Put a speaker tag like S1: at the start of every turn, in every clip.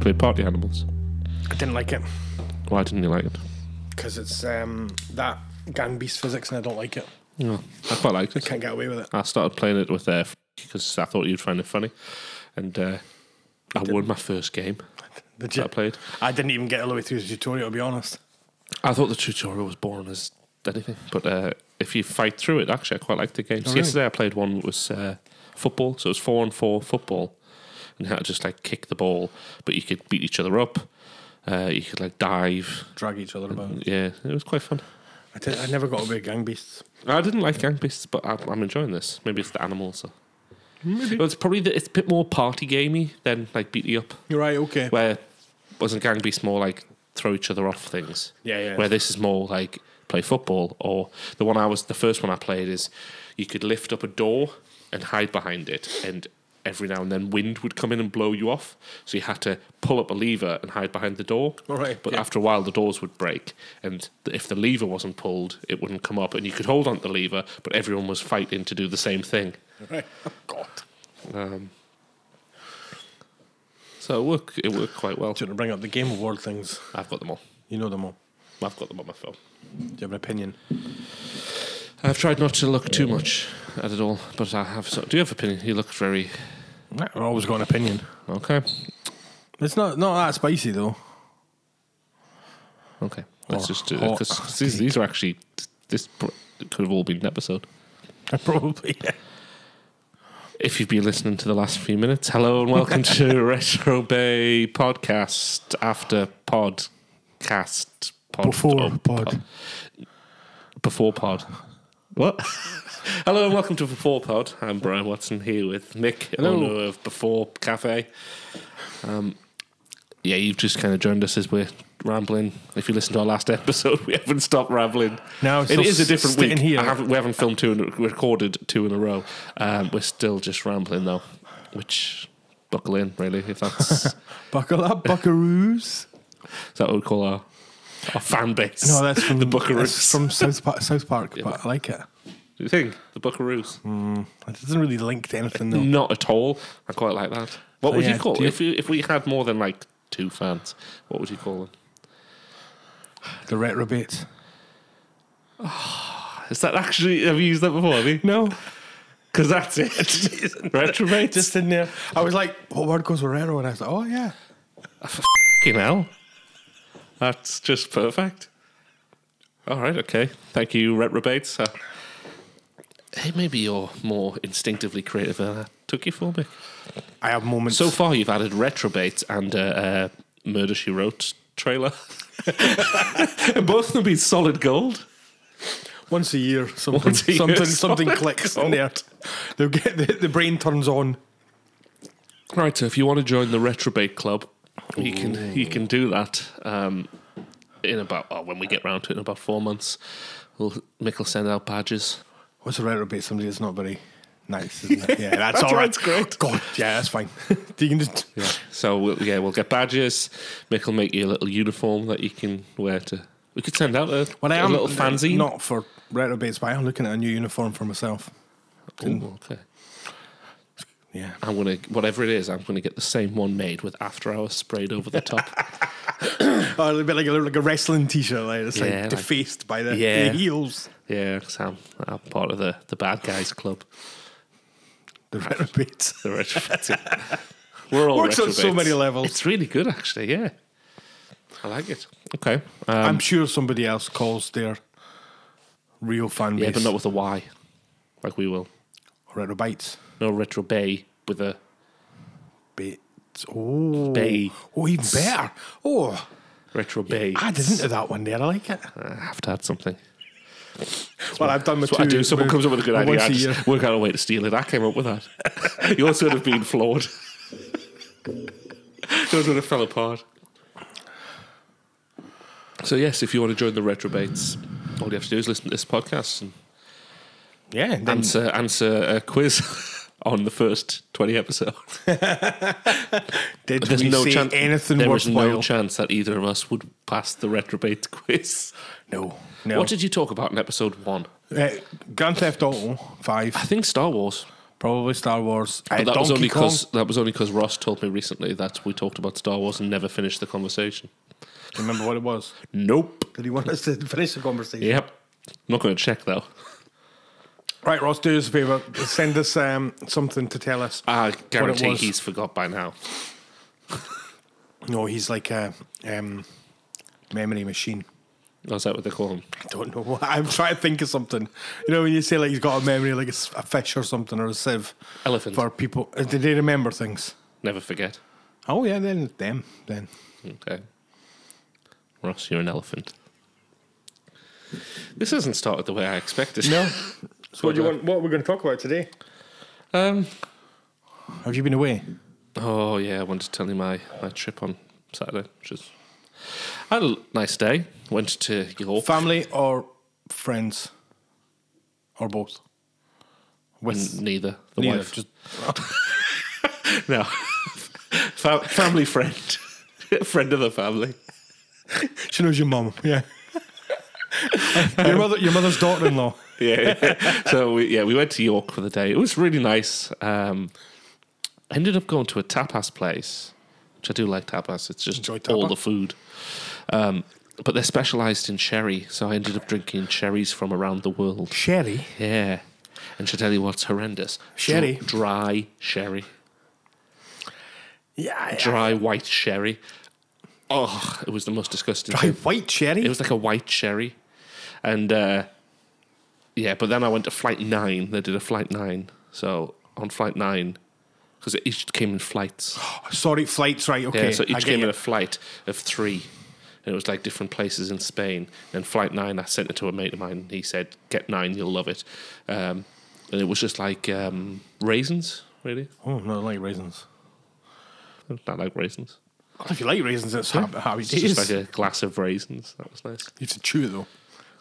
S1: play Party Animals?
S2: I didn't like it
S1: Why didn't you like it?
S2: because it's um, that gang beast physics, and I don't like it.
S1: No, I quite liked it.
S2: Can't get away with it.
S1: I started playing it with uh, because I thought you'd find it funny, and uh, I won my first game
S2: The
S1: that I
S2: j-
S1: played.
S2: I didn't even get all the way through the tutorial, to be honest.
S1: I thought the tutorial was boring as anything, but uh, if you fight through it, actually, I quite like the game. So
S2: really?
S1: Yesterday, I played one that was uh, football, so it was four on four football, and you had to just like kick the ball, but you could beat each other up. Uh, you could like dive.
S2: Drag each other about.
S1: Yeah, it was quite fun.
S2: I, did, I never got away with gang beasts.
S1: I didn't like Gang Beasts, but I, I'm enjoying this. Maybe it's the animals. Or... Well, it's probably the, it's a bit more party gamey than like beat you up.
S2: You're right. Okay.
S1: Where wasn't Gang Beasts more like throw each other off things?
S2: Yeah, yeah.
S1: Where this is more like play football, or the one I was the first one I played is you could lift up a door and hide behind it, and every now and then wind would come in and blow you off, so you had to pull up a lever and hide behind the door.
S2: All right,
S1: But
S2: yeah.
S1: after a while, the doors would break, and th- if the lever wasn't pulled, it wouldn't come up, and you could hold on to the lever, but everyone was fighting to do the same thing.
S2: Right.
S1: Oh,
S2: God.
S1: Um, so it worked. It worked quite well.
S2: Do you want to bring up the Game Award things?
S1: I've got them all.
S2: You know them all.
S1: I've got them on my phone.
S2: Do you have an opinion?
S1: I've tried not to look too much at it all, but I have. So, do you have opinion? You look very
S2: I've always got an opinion.
S1: okay.
S2: It's not not that spicy though.
S1: Okay, let's
S2: Or
S1: just do it
S2: hot
S1: because these, these are actually this pr- could have all been an episode.
S2: Probably.
S1: If you've been listening to the last few minutes, hello and welcome to Retro Bay Podcast after podcast pod
S2: Before
S1: oh,
S2: pod.
S1: before pod. What? hello and welcome to Before Pod. I'm Brian Watson here with Nick,
S2: Hello.
S1: owner of Before Cafe. Um, yeah, you've just kind of joined us as we're rambling. If you listen to our last episode, we haven't stopped rambling.
S2: No, I'm
S1: it
S2: still
S1: is a
S2: s-
S1: different
S2: sitting
S1: week.
S2: here.
S1: I haven't, we haven't filmed two and recorded two in a row. Um, we're still just rambling though, which buckle in really. If that's is
S2: Buckle up, buckaroos.
S1: that what we call our our fan base.
S2: No, that's from
S1: the
S2: that's
S1: Buckaroos.
S2: from South Park. South Park, but I like it.
S1: you think the Buckaroos?
S2: It doesn't really link to anything though.
S1: Not at all. I quite like that. What
S2: So,
S1: would
S2: yeah,
S1: you call
S2: do you-
S1: if you, if we had more than like two fans? What would you call them?
S2: The retrobate.
S1: Is that actually have you used that before? Have you?
S2: No,
S1: Because that's it. Retrobate.
S2: just in there. I was like, what word goes with retro? And I was like, oh yeah.
S1: Fucking hell. That's just perfect. All right, okay. Thank you, reprobates. Uh, hey, maybe you're more instinctively creative than I took you for me.
S2: I have moments.
S1: So far, you've added reprobates and uh, uh, Murder She Wrote trailer. and both of them be solid gold.
S2: once a year, Oh something
S1: Once a year,
S2: something,
S1: something
S2: something clicks in there. They'll get the, the brain turns on.
S1: Right, so if you want to join the retrobate club, you can you can do that um, in about oh, when we get round to it in about four months. We'll Mick will send out badges.
S2: What's a retrobate? Somebody that's not very nice, isn't it? Yeah, that's,
S1: That's
S2: all
S1: why
S2: right.
S1: it's great.
S2: God, yeah, that's fine. you can just
S1: So we'll, yeah, we'll get badges. Mick will make you a little uniform that you can wear to. We could send out a,
S2: Well, I
S1: a
S2: am
S1: little fanzine.
S2: Not for retrobates, but I am looking at a new uniform for myself.
S1: Ooh, okay.
S2: Yeah.
S1: I'm gonna whatever it is. I'm gonna get the same one made with after hours sprayed over the top.
S2: Oh, a bit like a, like a wrestling t-shirt, like it's
S1: Yeah,
S2: like
S1: like-
S2: defaced by the,
S1: Yeah.
S2: the heels.
S1: yeah, 'cause I'm, I'm part of the the bad guys club.
S2: The retrobates.
S1: The retrobates. We're all
S2: Works on so
S1: retrobates.
S2: many levels.
S1: It's really good, actually. Yeah, I like it. Okay, um,
S2: I'm sure somebody else calls their real fan base
S1: yeah, but not with a Y, like we will.
S2: retrobites.
S1: No retro bay with a
S2: Bates. Oh,
S1: Bates.
S2: oh, even better. Oh,
S1: retro bay.
S2: I didn't do that one there. I like it.
S1: I have to add something.
S2: Well, I've done my
S1: That's what I do. Someone comes up with a good idea.
S2: Once
S1: I
S2: a year.
S1: just work out a way to steal it. I came up with that. Yours would have been flawed. Yours would have fell apart. So yes, if you want to join the retrobates, all you have to do is listen to this podcast and
S2: Yeah, and then
S1: answer answer a quiz on the first twenty episodes.
S2: did
S1: There's
S2: we
S1: no
S2: say
S1: chance.
S2: anything
S1: there is
S2: worthwhile?
S1: no chance that either of us would pass the retrobate quiz.
S2: no, no.
S1: What did you talk about in episode one?
S2: Uh, Grand Theft Auto Five.
S1: I think Star Wars.
S3: Probably Star Wars. Uh,
S1: But that was
S3: Donkey
S1: only
S3: Kong.
S1: because that was only because Ross told me recently that we talked about Star Wars and never finished the conversation.
S3: Do you remember what it was?
S1: Nope.
S3: Did he want us to finish the conversation?
S1: Yep. not going to check though.
S2: Right, Ross, do us a favour. Send us um, something to tell us.
S1: I guarantee
S2: was.
S1: he's forgot by now.
S2: No, he's like a um, memory machine.
S1: Oh, Is that what they call him?
S2: I don't know. I'm trying to think of something. You know, when you say like he's got a memory like a s- a fish or something or a sieve
S1: Elephant.
S2: for people, uh, did they remember things?
S1: Never forget.
S2: Oh yeah, then it's them then.
S1: Okay. Ross, you're an elephant. This hasn't started the way I expected.
S2: No. So what do you want? What we're going to talk about today?
S1: Um.
S2: Have you been away?
S1: Oh yeah, I wanted to tell you my, my trip on Saturday, which is I had a nice day. Went to York.
S2: Family or friends or both? With
S1: N- neither the
S2: neither,
S1: wife.
S2: just-
S1: No, Fa- family friend, friend of the family.
S2: she knows your mum. Yeah. your mother, your mother's daughter-in-law.
S1: Yeah. so we, yeah, we went to York for the day. It was really nice. Um, I ended up going to a tapas place, which I do like tapas. It's just
S2: Enjoy tapa?
S1: all the food. Um, but they're specialised in sherry, so I ended up drinking cherries from around the world.
S2: Sherry.
S1: Yeah. And should tell you what's horrendous. Dr-
S2: Sherry.
S1: dry sherry.
S2: Yeah. I-
S1: Dry white sherry. Oh, it was the most disgusting
S2: Dry
S1: thing.
S2: white sherry.
S1: It was like a white sherry. And uh, yeah, but then I went to flight nine. They did a flight nine. So on flight nine, because it each came in flights.
S2: Sorry, flights. Right. Okay.
S1: yeah, so
S2: I
S1: each
S2: get
S1: came
S2: you.
S1: in a flight of three. And it was like different places in Spain. And flight nine, I sent it to a mate of mine. And he said, Get nine, you'll love it. Um, and it was just like um, raisins, really.
S2: Oh, no, I like raisins.
S1: Not like raisins.
S2: Well, if you like raisins, it's how, how it
S1: It's just
S2: is.
S1: like a glass of raisins. That was nice.
S2: you have to chew it though.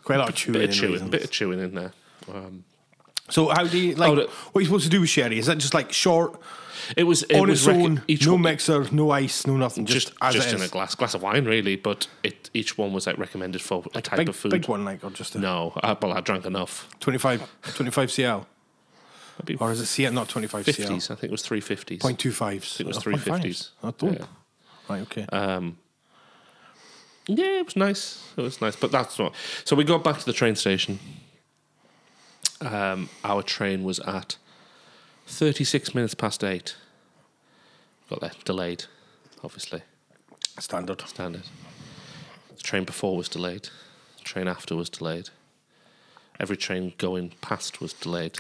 S2: Quite a lot of chewing.
S1: Bit
S2: in
S1: of chewing,
S2: raisins.
S1: bit of chewing in there. Um,
S2: So how do you like?
S1: Oh, the-
S2: what are you supposed to do with sherry? Is that just like short
S1: it was it
S2: on
S1: was
S2: its
S1: rec-
S2: own,
S1: each
S2: no
S1: one-
S2: mixer, no ice, no nothing, just,
S1: just
S2: as
S1: just
S2: it
S1: in
S2: is?
S1: a glass glass of wine, really. But it each one was like recommended for a type
S2: big,
S1: of food.
S2: big one, like or just a
S1: No, I, well, I drank enough.
S2: 25, 25 cl,
S1: Maybe
S2: or is it cl? Not twenty five cl.
S1: fifties? I think it was three fifties.
S2: Point two fives.
S1: It was
S2: Oh, point
S1: 350s.
S2: fives. Oh, dope.
S1: Yeah. Uh,
S2: Right. Okay.
S1: Yeah, it was nice. It was nice, but that's not. So we got back to the train station. Um, our train was at thirty-six minutes past eight. Got there delayed, obviously.
S2: Standard.
S1: Standard. The train before was delayed. The train after was delayed. Every train going past was delayed.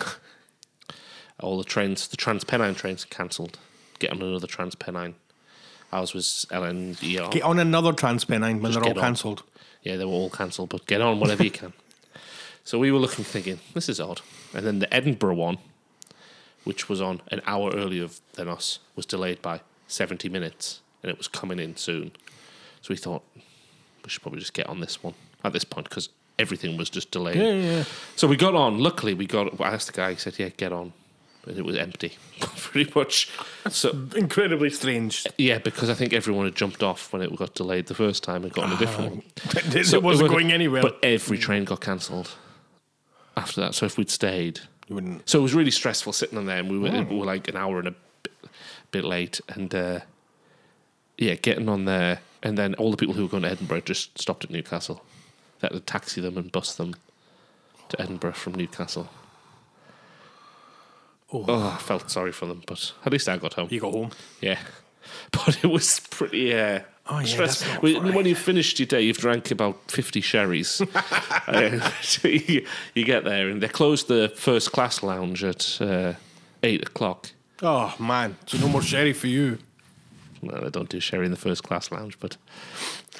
S1: All the trains, the Trans Pennine trains, cancelled. Get on another Trans Pennine. Ours was E LNER.
S2: Get on another Transpennine when they're all
S1: get on.
S2: cancelled.
S1: Yeah, they were all cancelled, but get on whatever you can. So we were looking, thinking, this is odd. And then the Edinburgh one, which was on an hour earlier than us, was delayed by 70 minutes and it was coming in soon. So we thought we should probably just get on this one at this point because everything was just delayed.
S2: Yeah, yeah, yeah.
S1: So we got on. Luckily, we got. I asked the guy, he said, yeah, get on. And it was empty, pretty much. So
S2: Incredibly strange.
S1: yeah, because I think everyone had jumped off when it got delayed the first time and got on a
S2: Ah,
S1: different one. So
S2: it wasn't going anywhere.
S1: But every train got cancelled after that. So if we'd stayed,
S2: you wouldn't.
S1: so it was really stressful sitting on there, and we were, we were like an hour and a bit, bit late, and uh, yeah, getting on there, and then all the people who were going to Edinburgh just stopped at Newcastle. They had to taxi them and bus them to Edinburgh from Newcastle.
S2: Oh.
S1: oh, I felt sorry for them, but at least I got home.
S2: You got home.
S1: Yeah. But it was pretty uh,
S2: Oh, yeah,
S1: stress-
S2: that's not
S1: when,
S2: right.
S1: when you've finished your day, you've drank about 50 sherries. Uh, so you, you get there, and they closed the first class lounge at uh, 8 o'clock.
S2: Oh man. So no more sherry for you.
S1: No, they don't do sherry in the first class lounge, but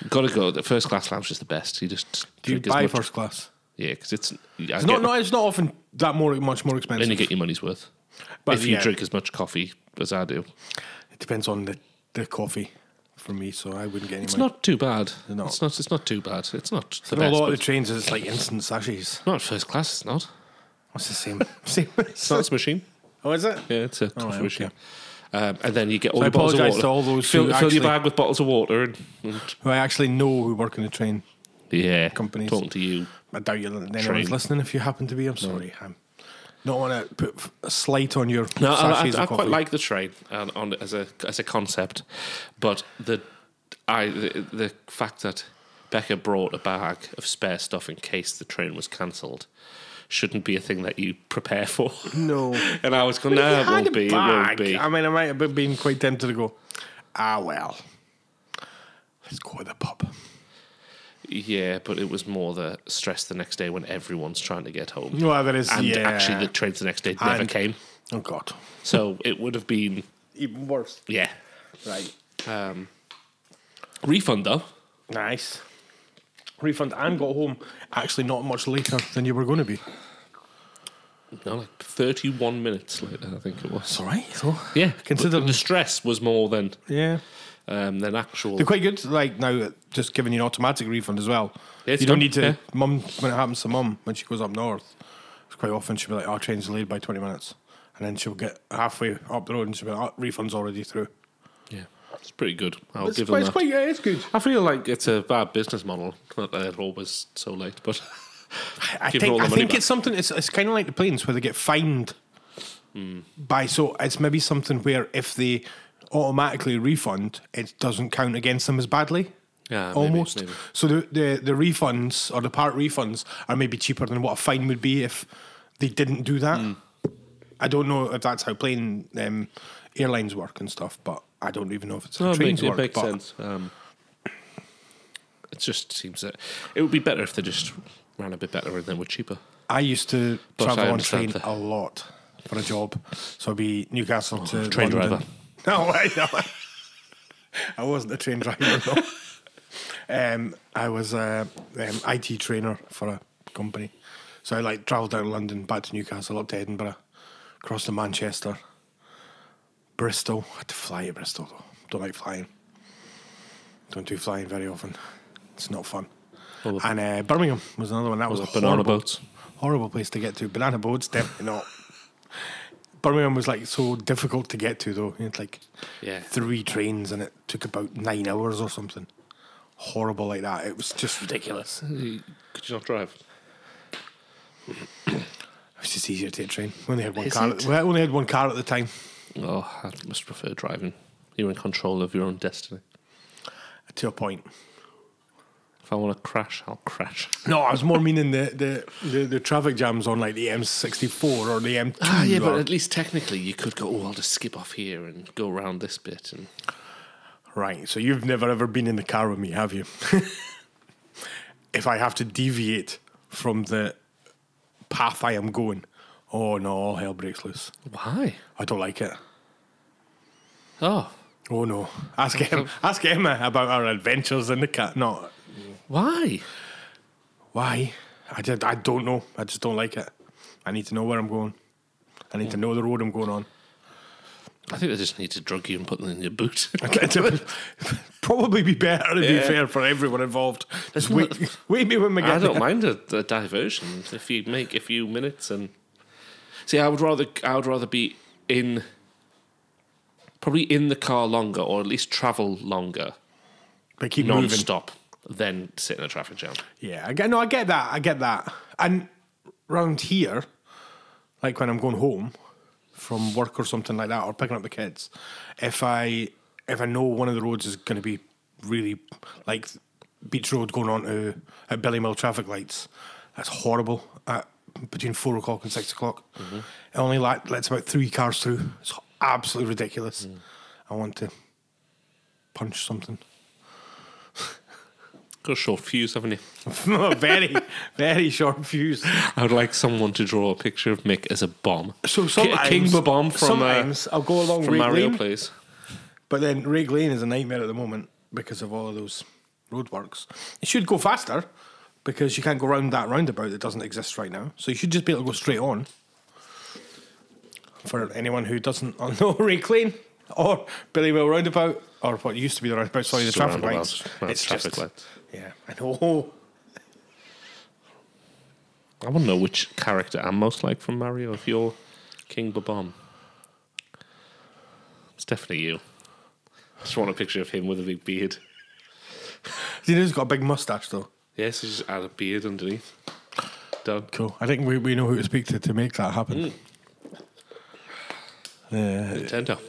S1: got to go. The first class lounge is the best. You just
S2: Do you
S1: drink as
S2: buy
S1: much-
S2: first class?
S1: Yeah, because it's. I
S2: It's
S1: get-
S2: not, not. It's not often that more much more expensive.
S1: Then you get your money's worth.
S2: But
S1: if you
S2: yeah.
S1: drink as much coffee as I do,
S2: It depends on the, the coffee for me, so I wouldn't get any.
S1: it's not too bad.
S2: No.
S1: It's not. It's not too bad. It's not the
S2: a
S1: best.
S2: lot
S1: but
S2: of the trains it's like instant sachets.
S1: not first class. It's not.
S2: What's the same? same.
S1: It's not a machine.
S2: oh, is it?
S1: Yeah, it's a coffee
S2: right,
S1: machine.
S2: okay.
S1: Um, and then you get all
S2: So I
S1: your bottles of
S2: apologise
S1: water.
S2: to all those
S1: fill
S2: who
S1: fill
S2: actually-
S1: your bag with bottles of water and, and
S2: Who I actually know who work in the train.
S1: yeah,
S2: Companies.
S1: talking to you.
S2: I doubt you. Anyone's
S1: Train.
S2: listening. If you happen to be, I'm sorry. I'm Not want to put f- a slight on your
S1: No, I,
S2: sachets
S1: I, I
S2: of coffee.
S1: quite like the train and on as a as a concept, but the I the, the fact that Becca brought a bag of spare stuff in case the train was cancelled shouldn't be a thing that you prepare for.
S2: no.
S1: and I was going, no, it
S2: Had a
S1: won't be, it won't
S2: bag.
S1: be.
S2: I mean, I might have been quite tempted to go. Ah well, let's go to the pub.
S1: Yeah, but it was more the stress the next day when everyone's trying to get home.
S2: Well, there is
S1: And
S2: yeah.
S1: actually, the trains the next day never
S2: And-
S1: came,
S2: oh god,
S1: so it would have been
S2: even worse.
S1: yeah.
S2: Right,
S1: Um, refund though.
S2: nice refund and got home. Actually, not much later than you were going to be.
S1: No, like 31 minutes later, I think it was.
S2: It's all right. So
S1: Yeah,
S2: Considering-
S1: but the stress was more than
S2: yeah.
S1: um, than actual.
S2: They're quite good, like now, just giving you an automatic refund as well.
S1: Yeah, it's
S2: you don't
S1: done,
S2: need to.
S1: yeah.
S2: Mum, when it happens to mum, when she goes up north, it's quite often she'll be like, "Our train's delayed by twenty minutes," and then she'll get halfway up the road and she'll be like, oh, "Refund's already through."
S1: yeah, it's pretty good. I'll
S2: It's,
S1: give
S2: quite,
S1: them
S2: it's
S1: that.
S2: quite, yeah, it's good.
S1: I feel like it's a bad business model that they're always so late, but
S2: I
S1: Give her all
S2: think,
S1: the
S2: I
S1: money
S2: think
S1: back.
S2: it's something. It's, it's kind of like the planes where they get fined by. So it's maybe something where if they automatically refund, it doesn't count against them as badly.
S1: Yeah, maybe,
S2: almost.
S1: maybe.
S2: So the, the the refunds or the part refunds are maybe cheaper than what a fine would be if they didn't do that.
S1: Hmm.
S2: I don't know if that's how plane um, airlines work and stuff, but I don't even know if it's how
S1: No, it
S2: trains
S1: makes, it
S2: work.
S1: makes
S2: but
S1: sense. Um, it just seems that it would be better if they just ran a bit better and then were cheaper.
S2: I used to
S1: But I
S2: travel on train
S1: understand that.
S2: a lot for a job. So I'd be Newcastle to
S1: train
S2: London.
S1: driver.
S2: No, I, no, I wasn't a train driver. No. um, I was a um, IT trainer for a company. So I like travelled down London, back to Newcastle, up to Edinburgh, across to Manchester, Bristol. I had to fly to Bristol though. Don't like flying. Don't do flying very often. It's not fun.
S1: All the-
S2: And uh, Birmingham was another one. That was,
S1: the
S2: a
S1: banana
S2: horrible-
S1: boats.
S2: Horrible place to get to. Banana boats, definitely not. Birmingham was like so difficult to get to though. It's like
S1: Yeah.
S2: three trains and it took about nine hours or something. Horrible like that. It was just ridiculous. It
S1: Could you not drive?
S2: was just easier to take a train. We only had one
S1: Is
S2: car.
S1: it?
S2: At, we only had one car at the time.
S1: Oh, I must prefer driving. You're in control of your own destiny.
S2: To a point.
S1: If I want to crash, I'll crash.
S2: No, I was more meaning the the, the, the traffic jams on like the M64 or the M2.
S1: Ah, yeah, but
S2: or-
S1: at least technically you could go, oh, I'll just skip off here and go around this bit. And
S2: Right. So you've never ever been in the car with me, have you? if I have to deviate from the path I am going, oh no, all hell breaks loose.
S1: Why?
S2: I don't like it.
S1: Oh,
S2: Oh no. Ask him. Ask Emma about our adventures in the car. No.
S1: why?
S2: Why? I did. I don't know. I just don't like it. I need to know where I'm going. I need to know the road I'm going on.
S1: I think they just need to drug you and put them in your boot.
S2: Probably be better to be
S1: Yeah.
S2: fair for everyone involved. Just wait, wait me when we get
S1: I don't
S2: there.
S1: mind a, a diversion if you make a few minutes and see. I would rather I would rather be in probably in the car longer or at least travel longer
S2: But keep moving.
S1: non-stop than sit in a traffic jam.
S2: Yeah, I get no, I get that, I get that. And round here, like when I'm going home from work or something like that, or picking up the kids, if I if I know one of the roads is going to be really like Beach Road going on to at Billy Mill traffic lights, that's horrible. At between four o'clock and six o'clock, it only like lets about three cars through. It's absolutely ridiculous. I want to punch something.
S1: Got a short fuse, haven't you?
S2: very, very short fuse.
S1: I would like someone to draw a picture of Mick as a bomb.
S2: So
S1: Ki-
S2: sometimes,
S1: King Bomb from, uh,
S2: sometimes I'll go along
S1: from
S2: Rig
S1: Mario,
S2: Lane,
S1: please.
S2: but then Rig Lane is a nightmare at the moment because of all of those roadworks. It should go faster because you can't go round that roundabout that doesn't exist right now. So you should just be able to go straight on. For anyone who doesn't know Rig Lane or Billy Mill Roundabout or what used to be the roundabout, sorry, the
S1: It's a
S2: traffic
S1: roundabout.
S2: lights.
S1: No, it's traffic lights.
S2: Yeah, I know.
S1: I want to know which character I'm most like from Mario. If you're King Babam, it's definitely you. I just want a picture of him with a big beard.
S2: He has got a big mustache though.
S1: Yes, he just add a beard underneath. Done.
S2: Cool. I think we, we know who to speak to to make that happen.
S1: Hmm.
S2: Uh,
S1: Nintendo.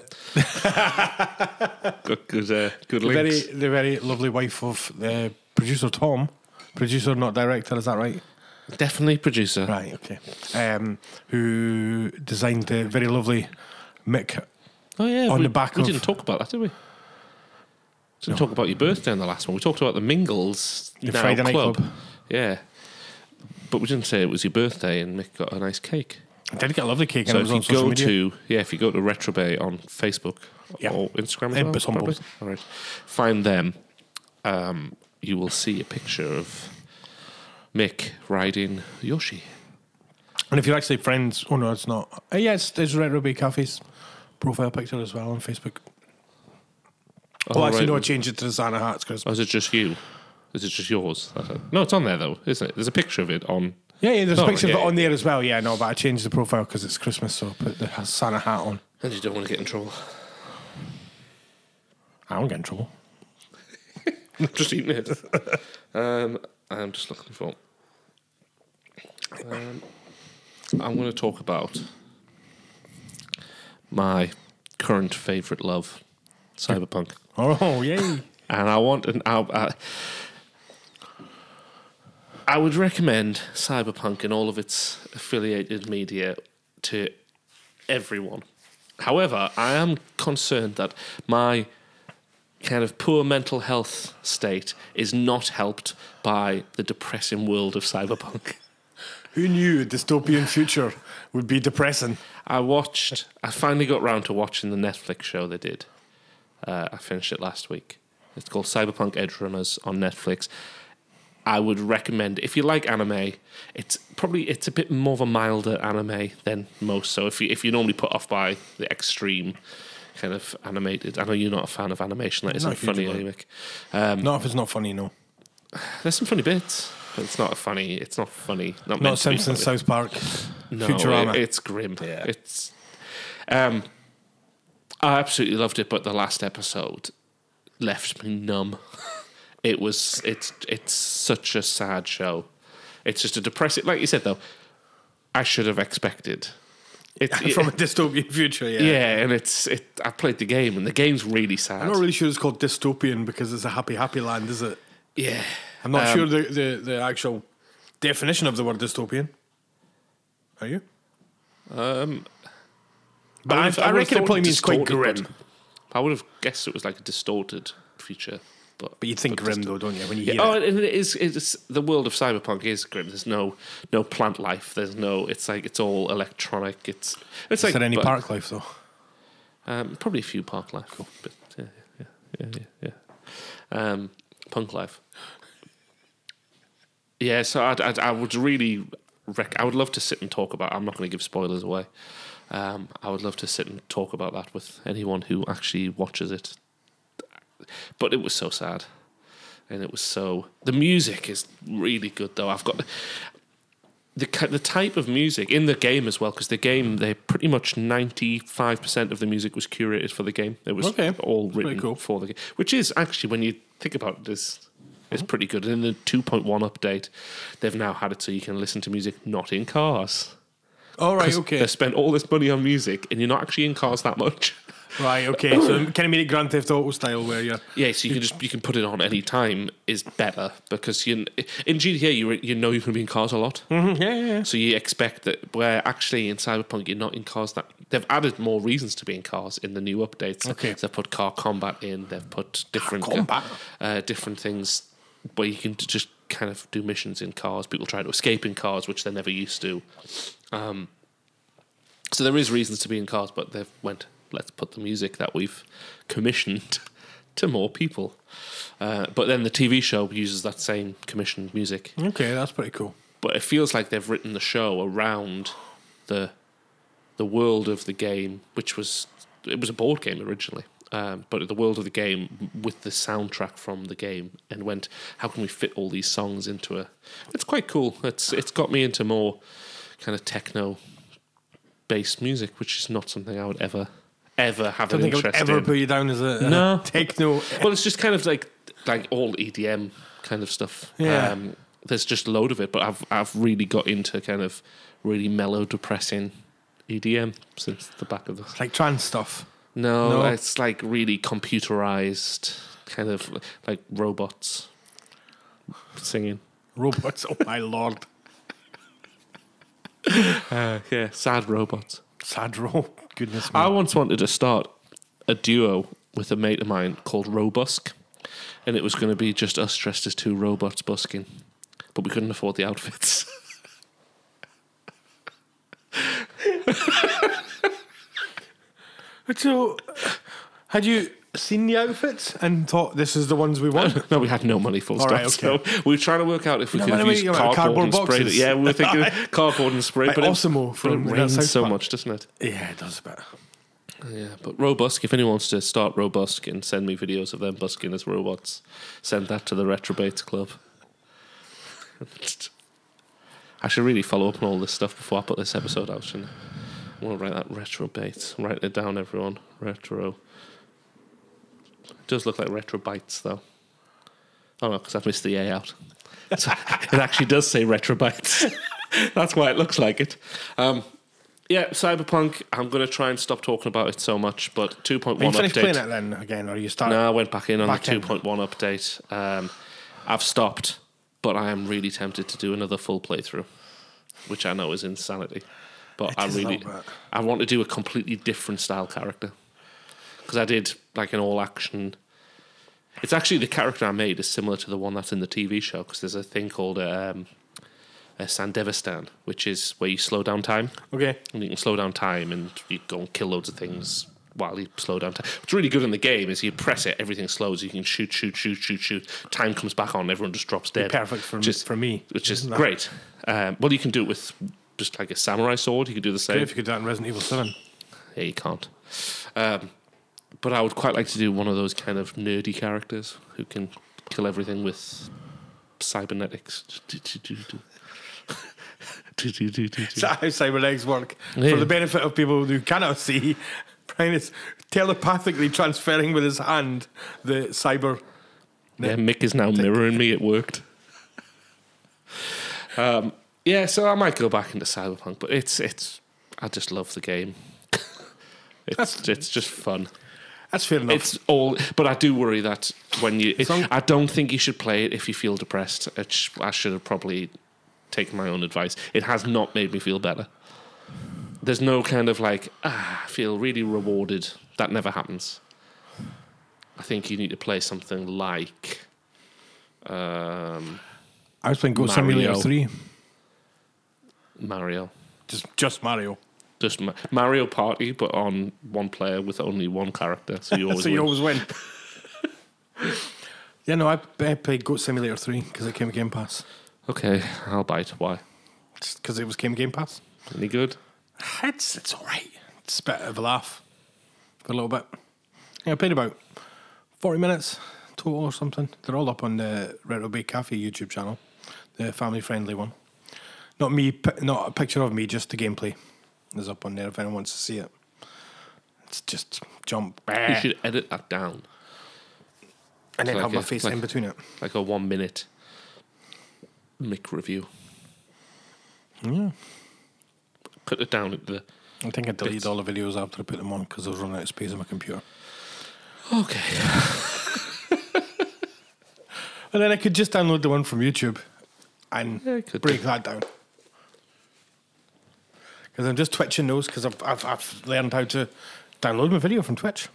S1: good, good, uh, good
S2: the very
S1: links.
S2: the very lovely wife of the producer Tom, producer not director, is that right?
S1: Definitely producer.
S2: Right. Okay. Um, who designed the very lovely Mick?
S1: Oh yeah,
S2: On
S1: we,
S2: the back
S1: we
S2: of-
S1: didn't talk about that, did we? Didn't talk about your birthday in the last one. We talked about the Mingles
S2: The
S1: now
S2: Friday night
S1: club.
S2: club.
S1: Yeah, but we didn't say it was your birthday, and Mick got a nice cake.
S2: I did get a lovely cake, and
S1: so
S2: it was on
S1: if you
S2: social
S1: go
S2: media.
S1: to yeah, if you go to Retro Bay on Facebook
S2: Yeah.
S1: or Instagram, as
S2: Eh,
S1: well,
S2: but some
S1: probably.
S2: both.
S1: All right, find them. Um, you will see a picture of Mick riding Yoshi.
S2: and if you're actually friends, oh no, it's not. Uh, yeah, it's, it's Retro Bay Cafe's profile picture as well on Facebook. Oh,
S1: All
S2: actually,
S1: right. Oh,
S2: no, I changed it to the Santa hats because
S1: Or is it just you? Is it just yours? That's it. No, it's on there though, isn't it? There's a picture of it on.
S2: Yeah, yeah, there's
S1: Oh,
S2: a picture
S1: yeah,
S2: of it
S1: yeah.
S2: on there as well. Yeah, no, but I changed the profile because it's Christmas, so I put the ha- Santa hat on.
S1: And you don't want to get in trouble.
S2: I won't get in trouble.
S1: just eating it. Um, I'm just looking for. Um, I'm going to talk about my current favourite love, cyberpunk,
S2: Oh, yay.
S1: and I want an. I, I, I would recommend cyberpunk and all of its affiliated media to everyone. However, I am concerned that my kind of poor mental health state is not helped by the depressing world of cyberpunk.
S2: Who knew a dystopian future would be depressing?
S1: I watched, I finally got round to watching the Netflix show they did. Uh, I finished it last week. It's called Cyberpunk Edge Runners on Netflix. I would recommend if you like anime. It's probably it's a bit more of a milder anime than most. So if you if you're normally put off by the extreme kind of animated, I know you're not a fan of animation. That isn't
S2: Not
S1: funny,
S2: hugely.
S1: Amick. Um,
S2: Not if it's not funny, no.
S1: There's some funny bits, but it's not funny. It's not funny. Not,
S2: Not
S1: meant to be
S2: Simpsons,
S1: funny.
S2: South Park,
S1: No,
S2: Futurama.
S1: it- it's grim. It's. Um, I absolutely loved it, but the last episode left me numb. it was it's it's such a sad show. It's just a depressing. Like you said, though, I should have expected. It's
S2: From a dystopian future, yeah.
S1: yeah, and it's it. I played the game, and the game's really sad.
S2: I'm not really sure it's called dystopian because it's a happy, happy land, is it?
S1: yeah,
S2: I'm not
S1: Um,
S2: sure the, the, the actual definition of the word dystopian. Are you?
S1: Um,
S2: But
S1: would
S2: I,
S1: have-
S2: I
S1: would have
S2: reckon it
S1: thought
S2: probably means quite
S1: distorted,
S2: grim.
S1: but I would have guessed it was like a distorted future, but
S2: But you think grim, though, don't you, when you
S1: yeah.
S2: hear
S1: Oh,
S2: it?
S1: and it is. It's the world of cyberpunk is grim. There's no no plant life. There's no. It's like it's all electronic. It's it's
S2: Is
S1: like
S2: there any
S1: but,
S2: park life, though?
S1: Um, probably a few park life, but yeah, yeah, yeah, yeah, yeah. Um, punk life. Yeah, so I'd, I'd, I would really, rec- I would love to sit and talk about. I'm not going to give spoilers away. Um, I would love to sit and talk about that with anyone who actually watches it. But it was so sad, and it was so. The music is really good though. I've got the ki- the type of music in the game as well, because the game they pretty much ninety five percent of the music was curated for the game. It was
S2: Okay.
S1: all
S2: pretty
S1: written
S2: cool.
S1: for the game, which is actually when you think about this. It's pretty good. And in the 2.1 update, they've now had it so you can listen to music not in cars.
S2: All right,
S1: 'Cause
S2: okay.
S1: They spent all this money on music and you're not actually in cars that much.
S2: Right, okay. So kind of made it Grand Theft Auto style where you're
S1: Yeah, so you can just you can put it on any time is better because you in GTA you you know you're going to be in cars a lot.
S2: Mm-hmm, Yeah, yeah, yeah.
S1: So you expect that where actually in Cyberpunk you're not in cars that they've added more reasons to be in cars in the new updates.
S2: Okay.
S1: So they've put car combat in, they've put different
S2: Car combat?
S1: uh, different things where you can just kind of do missions in cars. People try to escape in cars, which they never used to. Um, so there is reasons to be in cars, but they've went. Let's put the music that we've commissioned to more people. Uh, but then the TV show uses that same commissioned music
S2: Okay, that's pretty cool.
S1: but it feels like they've written the show around the the world of the game, which was it was a board game originally, um, but the world of the game with the soundtrack from the game, and went how can we fit all these songs into a? It's quite cool. It's it's got me into more kind of techno based music, which is not something I would ever ever have
S2: I don't
S1: an
S2: think I would
S1: interest
S2: ever
S1: in.
S2: put you down as a, a
S1: No.
S2: techno.
S1: well, it's just E kind of like like all EDM kind of stuff.
S2: Yeah.
S1: Um, there's just a load of it. But I've I've really got into kind of really mellow, depressing EDM since the back of the
S2: Like trans stuff.
S1: no,
S2: No.
S1: it's like really computerized, kind of like robots singing.
S2: Robots. Oh my lord.
S1: Uh, Yeah, sad robots.
S2: Sad roll. Goodness me.
S1: I once wanted to start a duo with a mate of mine called Robusk, and it was going to be just us dressed as two robots busking, but we couldn't afford the outfits.
S2: Uh, So, had you seen the outfits and thought this is the ones we want?
S1: no, we had no money. Full
S2: All
S1: stop.
S2: right, okay.
S1: So we were trying to work out if we
S2: No
S1: could
S2: money,
S1: have used
S2: you know,
S1: cardboard,
S2: cardboard
S1: and sprayed it.
S2: boxes.
S1: Yeah, we were thinking cardboard and spray,
S2: Like
S1: but it,
S2: Osimo
S1: but
S2: from
S1: it
S2: the
S1: rains
S2: South
S1: so
S2: Park.
S1: much, doesn't it?
S2: yeah, it does a bit.
S1: Yeah, but Robusk, if anyone wants to start Robusk and send me videos of them busking as robots, send that to the Retrobates Club. I should really follow up on all this stuff before I put this episode out, shouldn't I? I want to write that Retrobates. Write it down, everyone. Retro. It does look like Retrobites, though. Oh, no, because I've missed the A out. So it actually does say Retrobites. That's why it looks like it. Um, yeah, Cyberpunk. I'm going to try and stop talking about it so much, but 2.1
S2: Are you finished
S1: update.
S2: playing it then again, or you start?
S1: No, I went back in on
S2: Back
S1: the
S2: in.
S1: 2.1 update. Um, I've stopped, but I am really tempted to do another full playthrough, which I know is insanity. But I
S2: is a
S1: really,
S2: little bit.
S1: I want to do a completely different style character because I did like an all action. It's actually the character I made is similar to the one that's in the TV show because there's a thing called um, a Sandevistan, which is where you slow down time
S2: Okay.
S1: and you can slow down time and you go and kill loads of things while you slow down time. What's really good in the game is you press it, everything slows, you can shoot, shoot, shoot, shoot, shoot. Time comes back on, everyone just drops dead.
S2: Perfect for
S1: which is-
S2: for me. Mm-hmm.
S1: Which is
S2: Isn't that-
S1: great. Um, well, you can do it with just like a samurai sword, you can do the same.
S2: Great if you could do that in Resident Evil Seven.
S1: Yeah, you can't. Um, but I would quite like to do one of those kind of nerdy characters who can kill everything with cybernetics.
S2: Is that how cybernetics work?
S1: Yeah.
S2: For the benefit of people who cannot see, Brian is telepathically transferring with his hand the cyber.
S1: Yeah, Mick is now mirroring me. It worked. Um, yeah, so I might go back into Cyberpunk, but it's it's. I just love the game. it's it's just fun.
S2: That's fair enough.
S1: It's all, but I do worry that when you, it,
S2: Some-
S1: I don't think you should play it if you feel depressed. It sh- I should have probably taken my own advice. It has not made me feel better. There's no kind of like ah, I feel really rewarded. That never happens. I think you need to play something like, um,
S2: I was playing Goat
S1: Simulator Mario.
S2: Simulator Three.
S1: Mario.
S2: Just, just Mario.
S1: Just Ma- Mario Party, but on one player with only one character. So you always
S2: so
S1: win.
S2: you always win. yeah, no, I, I played Goat Simulator Three because it came with Game Pass.
S1: okay, I'll bite. Why?
S2: Just because it was came with Game Pass.
S1: Any good?
S2: It's it's all right. It's a bit of a laugh for a little bit. Yeah, I played about forty minutes total or something. They're all up on the Retro Bay Cafe YouTube channel, the family friendly one. Not me, pi- not a picture of me, just the gameplay is up on there if anyone wants to see it. It's just jump
S1: You
S2: and
S1: should edit that down.
S2: then
S1: like
S2: have my
S1: a-
S2: face
S1: like-
S2: in between it.
S1: like a one minute mic review.
S2: Yeah.
S1: Cut it down at the.
S2: I think I deleted all the videos after I put them on because I was running out of space on my computer.
S1: Okay.
S2: And then I could just download the one from YouTube and
S1: Yeah, you could
S2: break
S1: do.
S2: that down. Because I'm just twitching those because I've, I've, I've learned how to download my video from Twitch.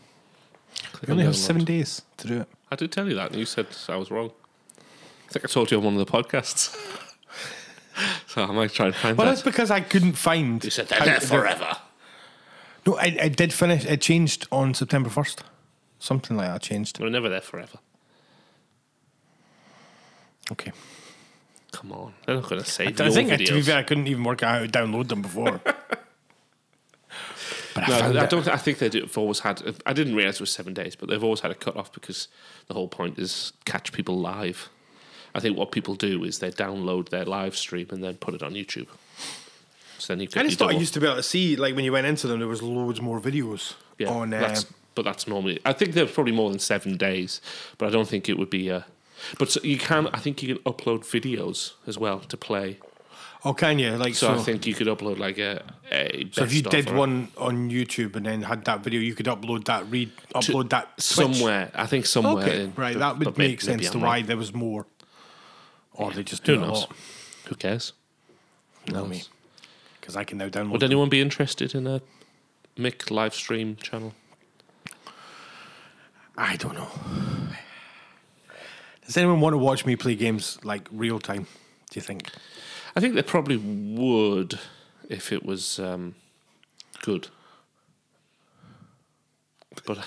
S2: You only have seven days to do it.
S1: I did tell you that, and you said I was wrong. I think I told you on one of the podcasts. so I might try and find
S2: Well,
S1: that.
S2: that's because I couldn't find.
S1: You said they're
S2: how
S1: there
S2: to do it.
S1: forever.
S2: No, I, I did finish. It changed on September 1st. Something like that changed.
S1: We're never there forever.
S2: Okay.
S1: Come on, they're not going to save
S2: I
S1: your
S2: think, I-
S1: videos.
S2: to be fair, I couldn't even work out how to download them before. but I
S1: No,
S2: found
S1: I
S2: it.
S1: don't. I think they do, have always had. I didn't realize it was seven days, but they've always had a cut off because the whole point is catch people live. I think what people do is they download their live stream and then put it on YouTube. So then you
S2: I
S1: get
S2: just
S1: your
S2: thought I
S1: double-
S2: used to be able to see, like, when you went into them, there was loads more videos
S1: yeah,
S2: on. Uh,
S1: that's, but that's normally. I think there's probably more than seven days, but I don't think it would be a But so you can, I think you can upload videos as well to play.
S2: Oh, can you? Like
S1: So,
S2: so.
S1: I think you could upload like a. a
S2: so if you
S1: best of
S2: did
S1: or a-
S2: one on YouTube and then had that video, you could upload that. Read upload that Twitch.
S1: somewhere, I think somewhere.
S2: Okay,
S1: in-
S2: right. That would
S1: but may-
S2: make
S1: maybe
S2: sense to
S1: I'm
S2: why
S1: wrong.
S2: there was more. Or they just do
S1: Who
S2: it a
S1: knows?
S2: lot.
S1: Who cares?
S2: No me, because I can now download.
S1: Would anyone be interested in a Mick live stream channel?
S2: I don't know. Does anyone want to watch me play games like real time? Do you think?
S1: I think they probably would if it was um, good. But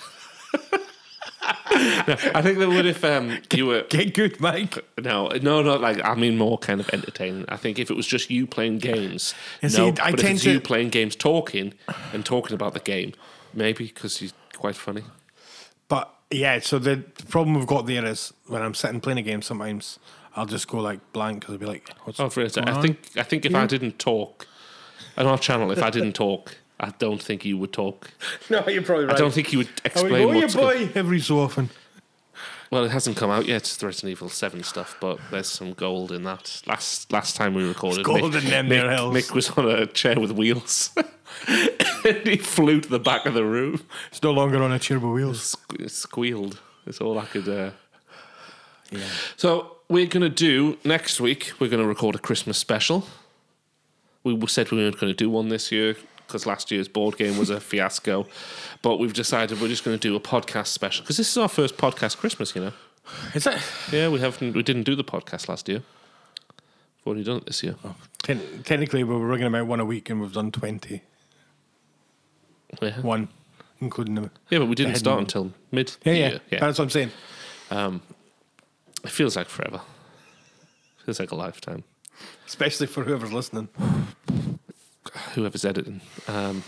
S1: No, I think they would if um, you were
S2: Get good, Mike.
S1: no, no, not like I mean more kind of entertaining. I think if it was just you playing games,
S2: You
S1: no.
S2: see, I
S1: but if
S2: tend
S1: it's you
S2: to-
S1: playing games, talking and talking about the game, maybe because you're quite funny.
S2: But yeah, so the problem we've got there is when I'm sitting playing a game, sometimes I'll just go like blank because I'll be like, What's
S1: Oh, for instance, I think I think if I didn't talk on our channel, if I didn't talk, I don't think you would talk.
S3: No, you're probably right.
S1: I don't think you would
S3: I would
S1: explain
S3: go, "Oh,
S1: what's
S3: your
S1: go-
S3: boy.
S2: every so often?"
S1: Well, it hasn't come out yet. It's the Resident Evil Seven stuff, but there's some gold in that. Last last time we recorded,
S2: There's gold in them
S1: Nick,
S2: there, Hells.
S1: Nick was on a chair with wheels. and he flew to the back of the room,
S2: It's no longer on a chair with wheels.
S1: Sque- squealed. That's all I could. Uh... Yeah. So we're gonna do next week. We're gonna record a Christmas special. We w- said we weren't gonna do one this year because last year's board game was a fiasco, but we've decided we're just gonna do a podcast special because this is our first podcast Christmas. You know.
S2: Is that
S1: Yeah, we haven't. We didn't do the podcast last year. We've already done it this year.
S2: Oh. Ten- technically we were ringing about one a week and we've done twenty
S1: Yeah.
S2: one, including the
S1: yeah, but we didn't
S2: hadn't
S1: start
S2: done-
S1: until mid.
S2: yeah, yeah, That's what I'm saying.
S1: It feels like forever. Feels like a lifetime.
S2: Especially for whoever's listening.
S1: Whoever's editing. Um,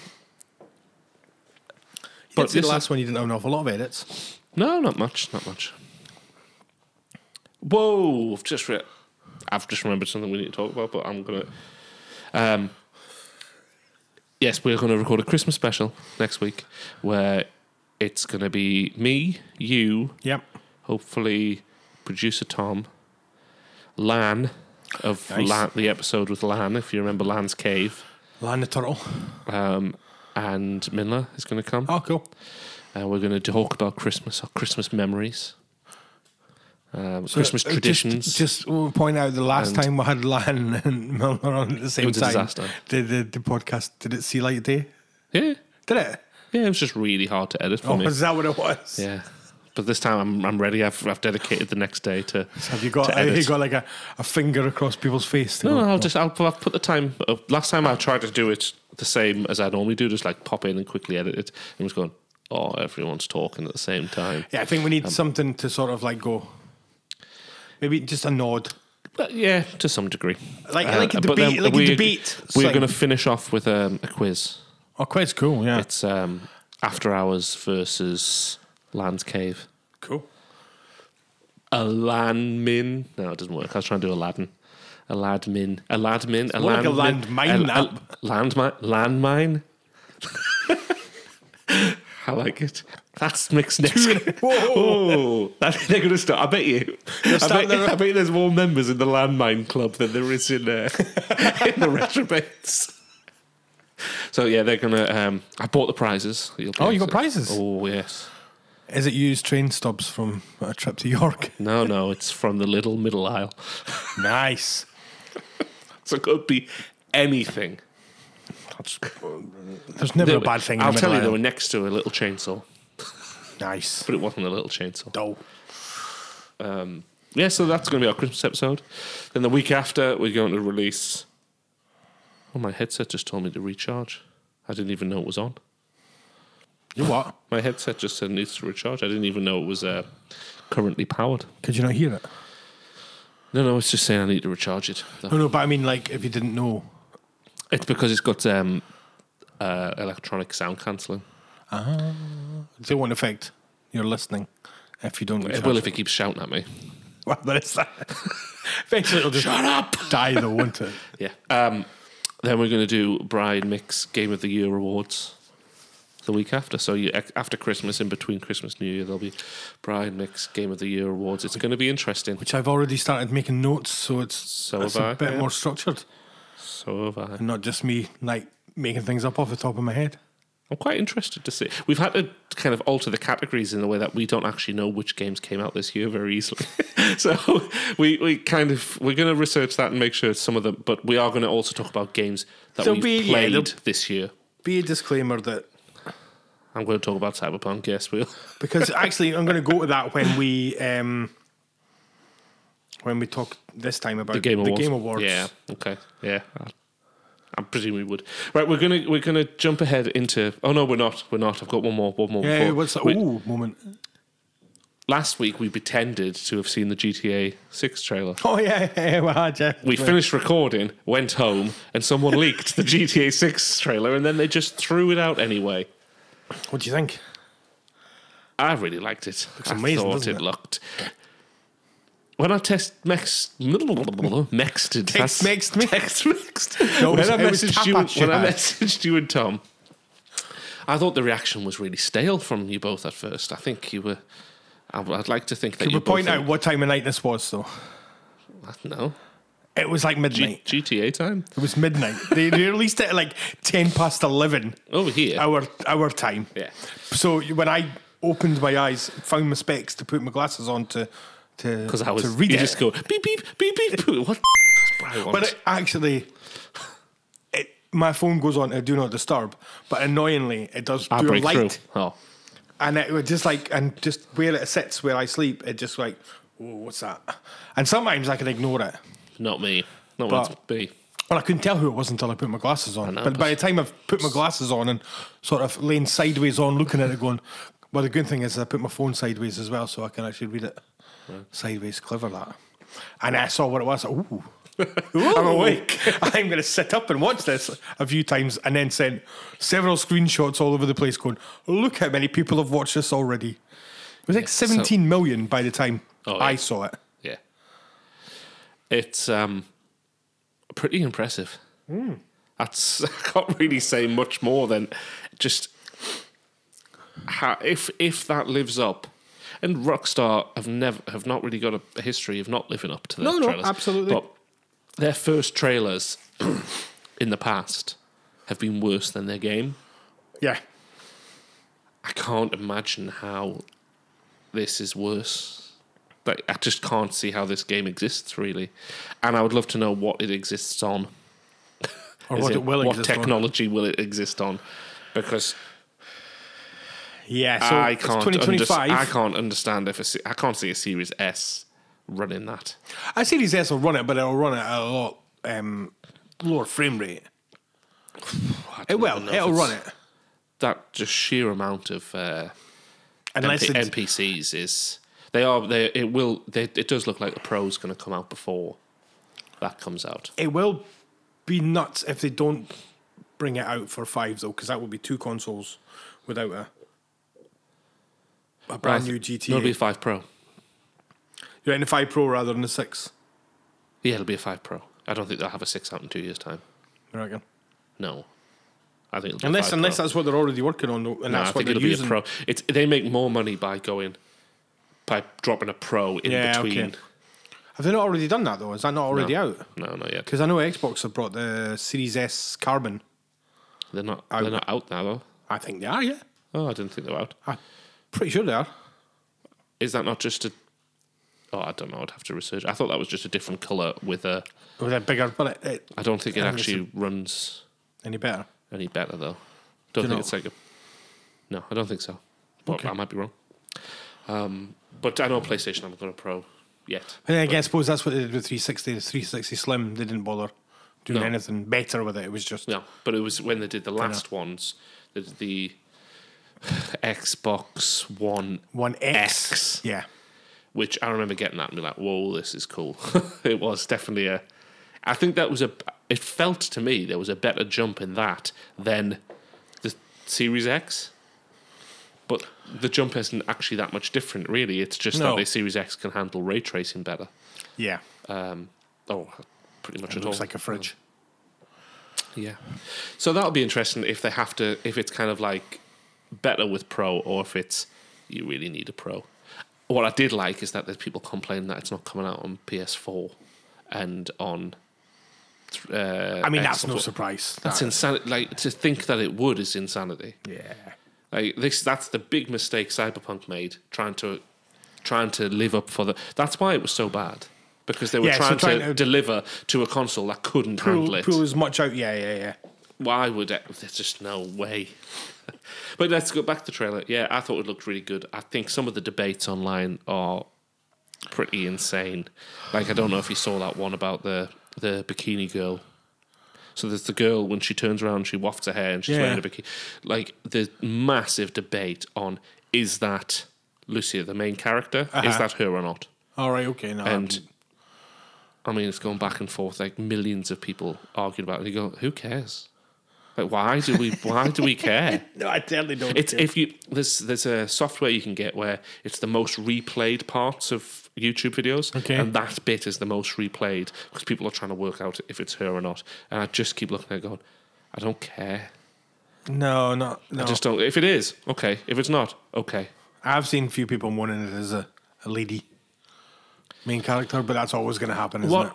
S2: But
S1: this
S2: the
S1: is-
S2: last one you didn't have an awful lot of edits.
S1: no, not much. Not much. Whoa! I've just re- I've just remembered something we need to talk about, but I'm gonna. Um, yes, we're going to record a Christmas special next week, where it's going to be me, you,
S2: Yep.
S1: hopefully producer Tom, Lan of
S2: Nice.
S1: Lan, the episode with Lan, if you remember Lan's cave,
S2: Land the turtle.
S1: um, and Minla is going to come.
S2: Oh, cool.
S1: Uh, we're going to talk about Christmas, our Christmas memories, um, Christmas
S2: Uh, just-
S1: traditions.
S2: Just, want to point out the last
S1: And-
S2: time we had Lan and Milner on at the same
S1: was a
S2: time.
S1: disaster.
S2: The, the the podcast did it see light day?
S1: yeah,
S2: Did it?
S1: yeah, it was just really hard to edit for
S2: Oh,
S1: me.
S2: is that what it was?
S1: Yeah. But this time I'm, I'm ready. I've, I've dedicated the next day to.
S2: Have you got
S1: to
S2: have you
S1: edit.
S2: got Oh. like a, a finger across people's face? to
S1: No,
S2: go,
S1: no, I'll just I'll, I'll put the time. Uh, last time I tried to do it the same as I normally do, just like pop in and quickly edit it, and was going, oh, everyone's talking at the same time.
S2: Yeah, I think we need something to sort of like go. Maybe just a nod.
S1: But yeah, to some degree. Uh,
S2: Like- like a
S1: but then
S2: debate- like a
S1: we-
S2: debate
S1: We're
S2: thing.
S1: going to finish off with um, a quiz.
S2: Oh, quite cool. Yeah,
S1: It's um, after hours versus Land's Cave.
S2: cool.
S1: Aladdin. No, it doesn't work. I was trying to do Aladdin. Aladdin. Aladdin.
S2: more like a
S1: Aladdin.
S2: landmine
S1: Al- al- Landmine. Landmine. I like it. That's mixed next. Whoa! That, they're going to start. I bet you. I
S2: starting
S1: bet,
S2: their-
S1: I bet you there's more members in the landmine club than there is in, uh, in the retrobates. So yeah, they're gonna. Um, I bought the prizes. You'll
S2: Oh, you got
S1: please-
S2: prizes?
S1: Oh yes.
S2: Is it used train stubs from a trip to York?
S1: No, no, it's from the little middle aisle.
S2: nice.
S1: So it could be anything.
S2: There's never a bad thing.
S1: I'll
S2: in the
S1: tell
S2: middle
S1: you, they were next to a little chainsaw,
S2: aisle. Nice.
S1: but it wasn't a little chainsaw.
S2: Dull.
S1: Um, yeah, so that's going to be our Christmas episode. Then the week after, we're going to release. Oh, my headset just told me to recharge. I didn't even know it was on.
S2: You what?
S1: My headset just said it needs to recharge. I didn't even know it was uh, currently powered.
S2: Could you not hear it?
S1: No, no, it's just saying I need to recharge it.
S2: No, no. But I mean, like, if you didn't know.
S1: It's because it's got um, uh, electronic sound cancelling.
S2: So it won't affect your listening if you don't.
S1: It will if it keeps shouting at me.
S2: Well, there is that. Eventually, it'll just shut up. Die though, won't it?
S1: Yeah. Um, then we're going to do Brian Mick's Game of the Year awards. the week after. So you ac- after Christmas, in between Christmas and New Year, there'll be Brian Mix Game of the Year awards. It's going to be interesting.
S2: Which I've already started making notes, so it's,
S1: So
S2: it's
S1: have I,
S2: a bit
S1: yeah.
S2: more structured.
S1: So have I.
S2: and Not just me like making things up off the top of my head.
S1: I'm quite interested to see. We've had to kind of alter the categories in a way that we don't actually know which games came out this year very easily. so we, we kind of we're going to research that and make sure it's some of them. But we are going to also talk about games that
S2: There'll
S1: we've
S2: be- yeah,
S1: played
S2: there'll-
S1: this year.
S2: Be a disclaimer that
S1: I'm going to talk about Cyberpunk. Yes, we'll.
S2: because actually I'm going to go to that when we um, when we talk this time about
S1: the game awards.
S2: Awards.
S1: Yeah. Okay. Yeah. I- I presume we would. Right. We're gonna we're gonna jump ahead into. Oh no, we're not. We're not. I've got one more. One more.
S2: Yeah,
S1: before-
S2: what's that?
S1: we-
S2: Ooh, moment.
S1: last week we pretended to have seen the GTA Six trailer.
S2: Oh yeah, yeah, yeah, well, I just-
S1: We finished recording, went home, and someone leaked the GTA Six trailer, and then they just threw it out anyway.
S2: What do you think?
S1: I really liked it. Looks I
S2: amazing,
S1: thought
S2: doesn't
S1: it,
S2: it?
S1: looked. When I test mex mexed it, that's-
S2: mexed me.
S1: text mixed.
S2: No,
S1: when
S2: it was-
S1: I
S2: it was
S1: messaged you,
S2: tapas you
S1: when I
S2: had.
S1: messaged you and Tom, I thought the reaction was really stale from you both at first. I think you were. I, would like to think that
S2: Could
S1: you
S2: we point
S1: both
S2: out what time of night this was though?
S1: I don't know
S2: It was like midnight.
S1: GTA time
S2: It was midnight. they they released it at like ten past eleven
S1: over here.
S2: our our time.
S1: Yeah.
S2: So when I opened my eyes, found my specs to put my glasses on to to,
S1: Because I was
S2: to read
S1: you
S2: it.
S1: just go beep beep beep beep. beep. What? does Brian want?
S2: But it actually, it, my phone goes on to do not disturb, but annoyingly it does
S1: I
S2: do a
S1: break
S2: light,
S1: through. Oh,
S2: and it would just like and just where it sits where I sleep, it just like, oh, what's that? And sometimes I can ignore it.
S1: not me. Not
S2: But-
S1: what it's be.
S2: Well, I couldn't tell who it was until I put my glasses on.
S1: know,
S2: but by the
S1: but-
S2: time I've put my glasses on and sort of laying sideways on, looking at it, going, well, the good thing is I put my phone sideways as well, so I can actually read it sideways. Clever that. And I saw what it was. Ooh, I'm awake. I'm going to sit up and watch this a few times, and then sent several screenshots all over the place, going, look how many people have watched this already. It was like
S1: so-
S2: seventeen million by the time
S1: Oh,
S2: I
S1: yeah.
S2: saw it.
S1: Yeah. It's um pretty impressive.
S2: Hmm.
S1: That's I can't really say much more than just how, if if that lives up. And Rockstar have never have not really got a history of not living up to their
S2: No, no,
S1: trailers.
S2: absolutely.
S1: But their first trailers in the past have been worse than their game.
S2: Yeah.
S1: I can't imagine how this is worse. Like, I just can't see how this game exists, really. And I would love to know what it exists on.
S2: Or
S1: As
S2: what
S1: in,
S2: it will
S1: what
S2: exist on.
S1: technology will it exist on? Because
S2: Yeah, so
S1: I
S2: it's
S1: can't.
S2: 2025.
S1: Under, I can't understand if a se- I can't see a Series S running that.
S2: I Series S will run it, but it'll run it at a lot um, lower frame rate.
S1: I
S2: It
S1: don't
S2: will.
S1: even know if
S2: It'll
S1: it's-
S2: run it.
S1: That just sheer amount of uh,
S2: Unless
S1: MP,
S2: it's,
S1: NPCs is they are they it will they, it does look like the pro's going to come out before that comes out.
S2: it will be nuts if they don't bring it out for five though, because that would be two consoles without a a brand new GTA.
S1: It'll be a five Pro.
S2: You're in the five Pro rather than the six.
S1: Yeah, it'll be a five Pro. I don't think they'll have a six out in two years' time.
S2: I reckon.
S1: No, I think it'll be a
S2: Unless,
S1: five
S2: unless
S1: Pro.
S2: that's what they're already working on, though, and
S1: No, I
S2: that's what
S1: think
S2: they're
S1: it'll
S2: using.
S1: be a Pro. It's they make more money by going by dropping a Pro in
S2: Yeah, okay.
S1: between.
S2: Have they not already done that though? Is that not already
S1: no.
S2: out?
S1: No, not yet.
S2: Because I know Xbox have brought the Series S Carbon.
S1: They're not. They're not out now though.
S2: I think they are. Yeah,
S1: Oh, I didn't think they were out.
S2: I'm pretty sure they are.
S1: Is that not just a? Oh, I don't know. I'd have to research. I thought that was just a different color with a.
S2: With a bigger, but it, it,
S1: I don't think it
S2: I think it's
S1: actually runs
S2: any better.
S1: any better though. Don't think
S2: know?
S1: it's like a. No, I don't think so. But I might be wrong. Um, but I know PlayStation haven't got a Pro yet.
S2: And then again, I suppose that's what they did with 360. The 360 Slim, they didn't bother doing
S1: No.
S2: anything better with it. It was just
S1: No, but it was when they did the last ones. They did the Xbox One,
S2: one X.
S1: X.
S2: Yeah,
S1: which I remember getting that and be like, "Whoa, this is cool." it was definitely a. I think that was a. It felt to me there was a better jump in that than the Series X. But the jump isn't actually that much different, really. It's just
S2: No.
S1: that the Series X can handle ray tracing better.
S2: yeah.
S1: Um, oh, pretty much at all.
S2: Looks like a fridge.
S1: Yeah. So that'll be interesting if they have to, if it's kind of like better with pro or if it's you really need a pro. What I did like is that there's people complaining that it's not coming out on PS4 and on. Uh,
S2: I mean, that's
S1: Xbox
S2: no
S1: One.
S2: surprise.
S1: That's
S2: That-
S1: insanity. Like to think that it would is insanity.
S2: yeah.
S1: Like this, that's the big mistake Cyberpunk made, trying to trying to live up for the. That's why it was so bad because they were
S2: Yeah, so
S1: trying,
S2: trying
S1: to,
S2: to-
S1: deliver to a console that couldn't handle
S2: Pull,
S1: it.
S2: pull as much out. Yeah, yeah, yeah.
S1: Why would it? There's just no way. but let's go back to the trailer. Yeah, I thought it looked really good. I think some of the debates online are pretty insane. Like I don't know if you saw that one about the the bikini girl. So there's the girl when she turns around, she wafts her hair and she's
S2: Yeah.
S1: wearing a bikini. Like the massive debate on is that Lucia the main character? Is
S2: Uh-huh.
S1: that her or not?
S2: All right, okay. No,
S1: And
S2: I'm-
S1: I mean, it's gone back and forth. Like millions of people arguing about it. You go, who cares? Like, why do we? Why do we care?
S2: no, I totally don't.
S1: It's
S2: care.
S1: if you there's there's a software you can get where it's the most replayed parts of YouTube videos,
S2: Okay.
S1: and that bit is the most replayed because people are trying to work out if it's her or not. And I just keep looking at it going, I don't care.
S2: no, not no.
S1: I just don't. If it is, okay. If it's not, okay.
S2: I've seen few people wanting it as a, a lady main character, but that's always going to happen, isn't
S1: What
S2: it?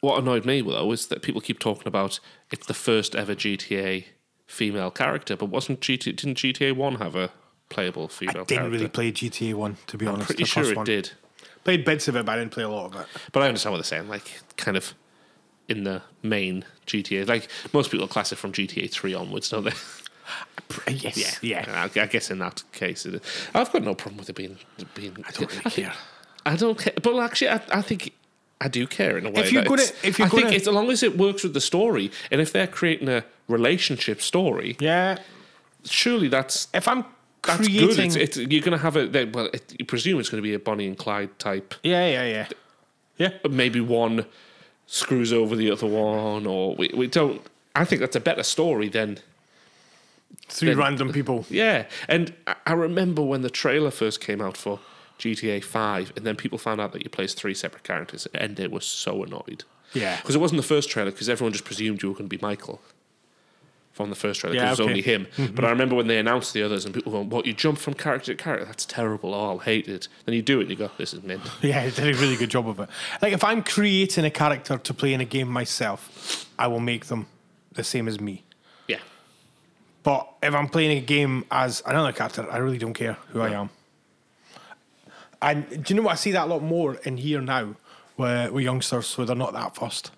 S1: what annoyed me though is that people keep talking about it's the first ever GTA female character, but wasn't GTA didn't GTA one have a playable
S2: I
S1: female
S2: didn't
S1: character?
S2: really play GTA One, to be honest.
S1: Pretty
S2: the
S1: sure
S2: first
S1: it
S2: one.
S1: did,
S2: Played bits of it, but I didn't play a lot of it.
S1: but I understand what they're saying. Like kind of in the main GTA, like most people class it from GTA three onwards, don't they?
S2: Yes,
S1: yeah,
S2: yeah.
S1: I, I guess in that case, it, I've got no problem with it being being. I
S2: don't really
S1: think-
S2: care.
S1: I don't care, but actually, I, I think I do care in a way.
S2: If you're
S1: that
S2: gonna-
S1: it's-
S2: if you're
S1: I think
S2: gonna-
S1: it's as long as it works with the story, and if they're creating a relationship story,
S2: Yeah.
S1: surely that's
S2: If I'm
S1: that's
S2: creating,
S1: good. It's, it's, you're going to have a they- well, it, you presume it's going to be a Bonnie and Clyde type.
S2: yeah, yeah, yeah.
S1: but Maybe one screws over the other one, or we, we don't. I think that's a better story than
S2: Three
S1: Then-
S2: random people.
S1: Yeah, and I- I remember when the trailer first came out for GTA Five, and then people found out that you plays three separate characters, and they were so annoyed.
S2: Yeah.
S1: because it wasn't the first trailer, because everyone just presumed you were going to be Michael from the first trailer, 'cause
S2: Yeah,
S1: it was
S2: okay. Mm-hmm.
S1: only him. But I remember when they announced the others, and people going, "What? You jump from character to character? That's terrible. Oh, I'll hate it." Then you do it, and you go, "This is mint."
S2: Yeah, it did a really good job of it. Like if I'm creating a character to play in a game myself, I will make them the same as me.
S1: Yeah,
S2: But if I'm playing a game as another character, I really don't care who I am. And do you know what? I see that a lot more in here now where with youngsters where they're not that fussed.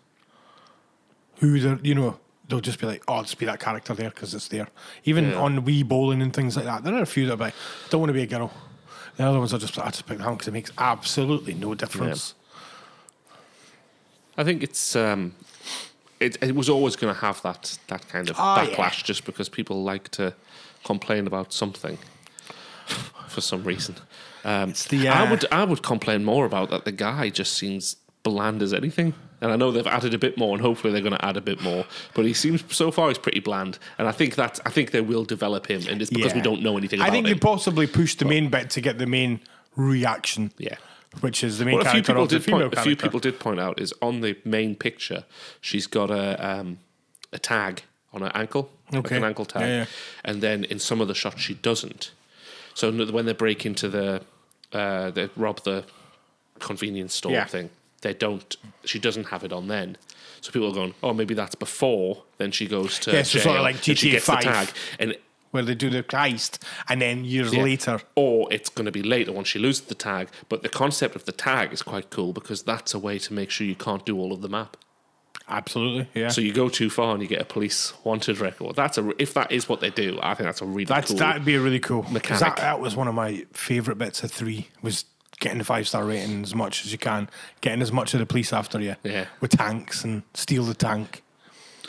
S2: Who they're, you know, they'll just be like, oh, just be that character there because it's there. Even
S1: Yeah.
S2: on Wii bowling and things like that, there are a few that are like, don't want to be a girl. The other ones are just, I just pick that one because it makes absolutely no difference.
S1: I think it's um, it it was always going to have that that kind of
S2: Ah, yeah.
S1: backlash just because people like to complain about something for some reason. Um,
S2: the,
S1: I
S2: uh,
S1: would I would complain more about that. The guy just seems bland as anything, and I know they've added a bit more, and hopefully they're going to add a bit more. But he seems so far he's pretty bland, and I think that I think they will develop him, and it's because we
S2: Yeah.
S1: don't know anything. About
S2: I think
S1: him.
S2: you possibly push the main bit to get the main reaction.
S1: Yeah.
S2: Which is the main
S1: What a few
S2: character
S1: people
S2: of the
S1: did
S2: female
S1: point, a
S2: character.
S1: few people did point out is on the main picture, she's got a um, a tag on her ankle, like
S2: Okay.
S1: an ankle tag,
S2: Yeah, yeah.
S1: and then in some of the shots she doesn't. So n- when they break into the, uh, they rob the convenience store
S2: Yeah.
S1: thing. They don't. She doesn't have it on then. So people are going, oh, maybe that's before. Then she goes to
S2: Yeah, so
S1: jail.
S2: sort of like
S1: and she
S2: GTA
S1: gets
S2: five.
S1: the tag, and
S2: where they do the heist and then years
S1: Yeah.
S2: later.
S1: Or it's going to be later when she loses the tag. But the concept of the tag is quite cool because that's a way to make sure you can't do all of the map.
S2: Absolutely, yeah.
S1: So you go too far and you get a police wanted record. That's a if that is what they do, I think that's a really
S2: That's
S1: cool.
S2: that'd be really cool. 'Cause
S1: mechanic.
S2: That, that was one of my favourite bits of three was getting the five star rating as much as you can, getting as much of the police after you.
S1: Yeah.
S2: With tanks and steal the tank.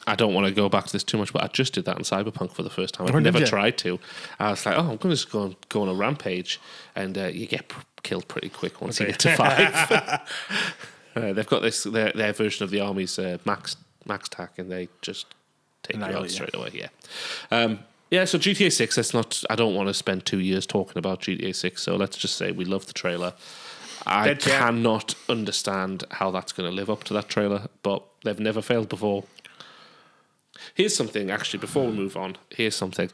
S1: I don't want to go back to this too much, but I just did that in Cyberpunk for the first time. I've
S2: Oh, did
S1: never
S2: you?
S1: tried to. I was like, oh, I'm going to just go on, go on a rampage, and uh, you get p- killed pretty quick once you get to five. uh, they've got this their, their version of the army's uh, max max tack, and they just take you
S2: Annihilate
S1: out
S2: you.
S1: straight away. Yeah, um, yeah. So GTA Six. That's not. I don't want to spend two years talking about GTA Six. So let's just say we love the trailer. I
S2: Dead chat.
S1: cannot understand how that's going to live up to that trailer, but they've never failed before. Here's something actually before we move on. Here's something.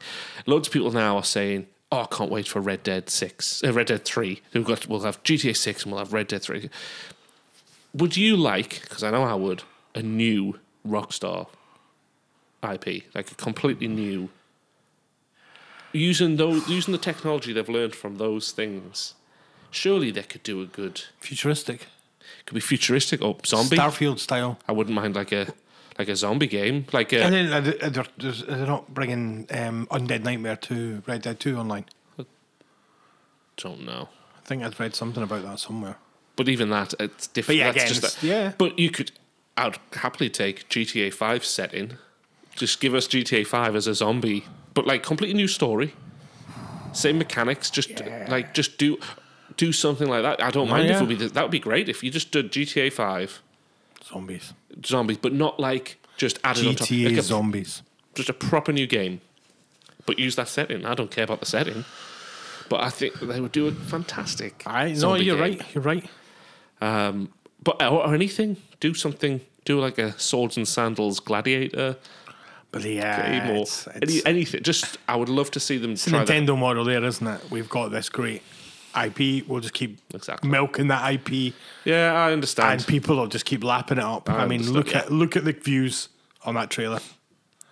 S1: Loads of people now are saying, oh, I can't wait for Red Dead Six, uh, Red Dead Three. We've got we'll have GTA Six and we'll have Red Dead Three. Would you like? Because I know I would a new Rockstar IP, like a completely new using those using the technology they've learned from those things. Surely they could do a good.
S2: Futuristic.
S1: Could be futuristic or zombie.
S2: Starfield style.
S1: I wouldn't mind like a like a zombie game, like a
S2: And then uh, th- uh, they're, there's- they're not bringing um, Undead Nightmare to Red Dead 2 online.
S1: don't know.
S2: I think I'd read something about that somewhere.
S1: But even that, it's different.
S2: But yeah,
S1: That's
S2: again,
S1: just
S2: it's-
S1: that.
S2: yeah.
S1: But you could, I'd happily take GTA Five setting. Just give us GTA Five as a zombie, but like completely new story, same mechanics. Just like just do do something like that. I don't mind if
S2: Oh, yeah.
S1: it would be that would be great if you just did GTA Five
S2: Zombies.
S1: zombies, but not like just added on top,
S2: GTA
S1: like a-
S2: zombies.
S1: just a proper new game, but use that setting. I don't care about the setting, but I think they would do a fantastic.
S2: I no,
S1: zombie
S2: you're
S1: game.
S2: right. You're right.
S1: Um, but or, or anything, do something, do like a swords and sandals gladiator
S2: But yeah,
S1: game or
S2: Uh, it's,
S1: any,
S2: it's,
S1: anything. Just I would love to see them
S2: the
S1: try that.
S2: Nintendo model there, isn't it? We've got this great IP. We'll just keep
S1: Exactly.
S2: milking that IP,
S1: Yeah, I understand.
S2: and people will just keep lapping it up. I, mean,
S1: understand,
S2: look
S1: yeah.
S2: at look at the views on that trailer.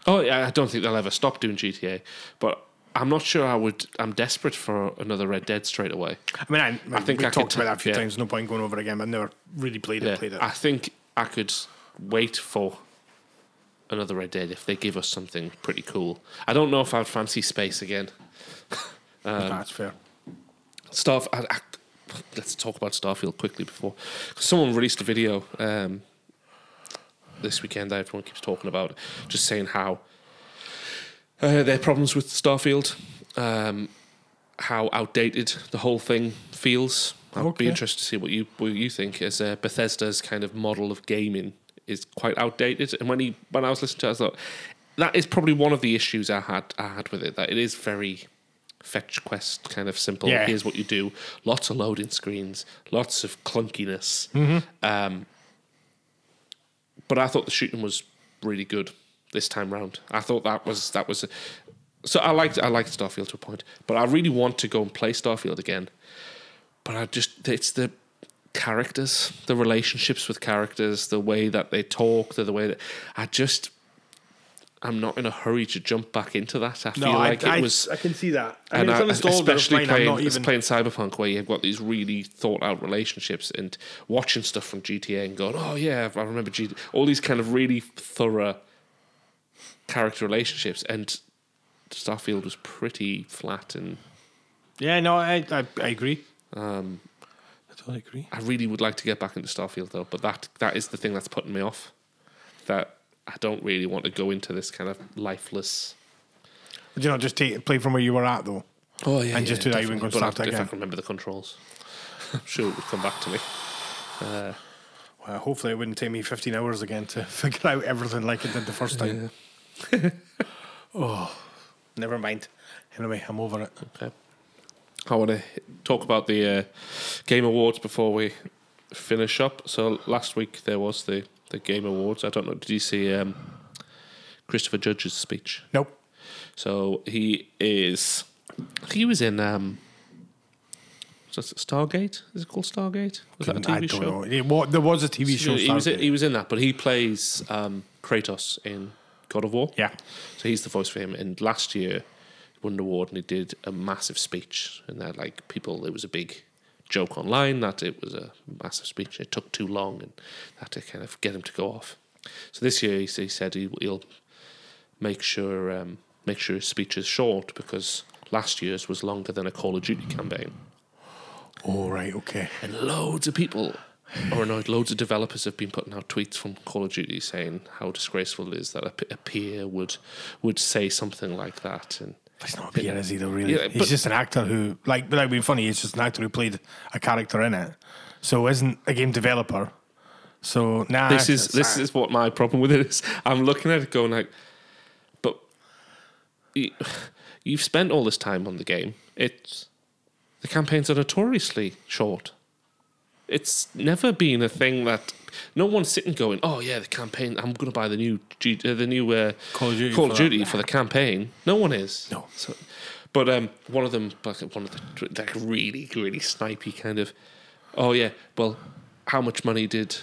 S1: oh, yeah, I don't think they'll ever stop doing GTA, but I'm not sure I would. I'm desperate for another Red Dead straight away.
S2: I mean, I, I
S1: think
S2: think we
S1: I could
S2: talked
S1: t-
S2: about that a few
S1: yeah.
S2: times. No point going over it again. But I never really played it.
S1: Yeah, Um,
S2: Played it.
S1: I think I could wait for another Red Dead if they give us something pretty cool. I don't know if I'd fancy space again.
S2: That's fair.
S1: Starf. I, I, let's talk about Starfield quickly before someone released a video um, this weekend that everyone keeps talking about, just saying how uh, their problems with Starfield, um, how outdated the whole thing feels. I'd be
S2: Okay.
S1: interested to see what you what you think as uh, Bethesda's kind of model of gaming is quite outdated. And when he when I was listening to it, I thought that is probably one of the issues I had I had with it. That it is very fetch quest kind of simple.
S2: Yeah.
S1: Here's what you do. Lots of loading screens. Lots of clunkiness. Um, but I thought the shooting was really good this time round. I thought that was that was so I liked I liked Starfield to a point, but I really want to go and play Starfield again. But I just it's the characters, the relationships with characters, the way that they talk, the, the way that I just I'm not in a hurry to jump back into that. I feel
S2: I,
S1: like
S2: I,
S1: it was
S2: I can see that. I
S1: and
S2: mean, it's
S1: I-
S2: uninstalled, but it's
S1: especially
S2: mine. I'm
S1: playing,
S2: not even.
S1: playing Cyberpunk, where you've got these really thought out relationships and watching stuff from GTA and going, oh yeah, I remember GTA. All these kind of really thorough character relationships, and Starfield was pretty flat. And
S2: Yeah, no, I I, I agree.
S1: um,
S2: I totally agree.
S1: I really would like to get back into Starfield though, but that that is the thing that's putting me off. That I don't really want to go into this kind of lifeless.
S2: Would you not just take play from where you were at though?
S1: Oh yeah,
S2: And just do that, you ain't gonna
S1: definitely. But
S2: start that
S1: If I
S2: again.
S1: can remember the controls, I'm sure it would come back to me.
S2: Well, Uh, hopefully, it wouldn't take me 15 hours again to figure out everything like it did the first time. oh, never mind. Anyway, I'm over it.
S1: Okay. I want to talk about the uh, Game Awards before we finish up. So last week there was the, the Game Awards. I don't know. Did you see um, Christopher Judge's speech?
S2: Nope.
S1: So he is. He was in. Um, was that Stargate? Is it called Stargate? Was that a TV
S2: I don't
S1: show?
S2: know. Yeah, what, there was a TV show.
S1: he was in,
S2: Saturday.
S1: he was in that, but he plays um, Kratos in God of War.
S2: Yeah.
S1: so he's the voice for him. And last year, he won an award, and he did a massive speech, and that like people, it was a big joke online that it was a massive speech, and it took too long, and had to kind of get him to go off. So this year, he, s- he said he, he'll make sure um, make sure his speech is short because last year's was longer than a Call of Duty campaign
S2: oh, right, okay.
S1: and loads of people are annoyed. Loads of developers have been putting out tweets from Call of Duty saying how disgraceful it is that a, p- a peer would would say something like that. And
S2: But he's not a peer, is he, though, really?
S1: Yeah,
S2: he's
S1: but-
S2: just an actor who, like, without being funny, he's just an actor who played a character in it. So, isn't a game developer. So, nah.
S1: this is
S2: it's-
S1: this
S2: I-
S1: is what my problem with it is. I'm looking at it going like, but you, you've spent all this time on the game. It's the campaigns are notoriously short. It's never been a thing that no one's sitting going, "Oh yeah, the campaign. I'm going to buy the new G- uh, the new uh,
S2: Call of Duty
S1: Call
S2: for
S1: of
S2: that."
S1: Duty for the campaign." No one is.
S2: No.
S1: So, But um, one of them, like, one of the like really really snipey kind of, oh yeah, well, how much money did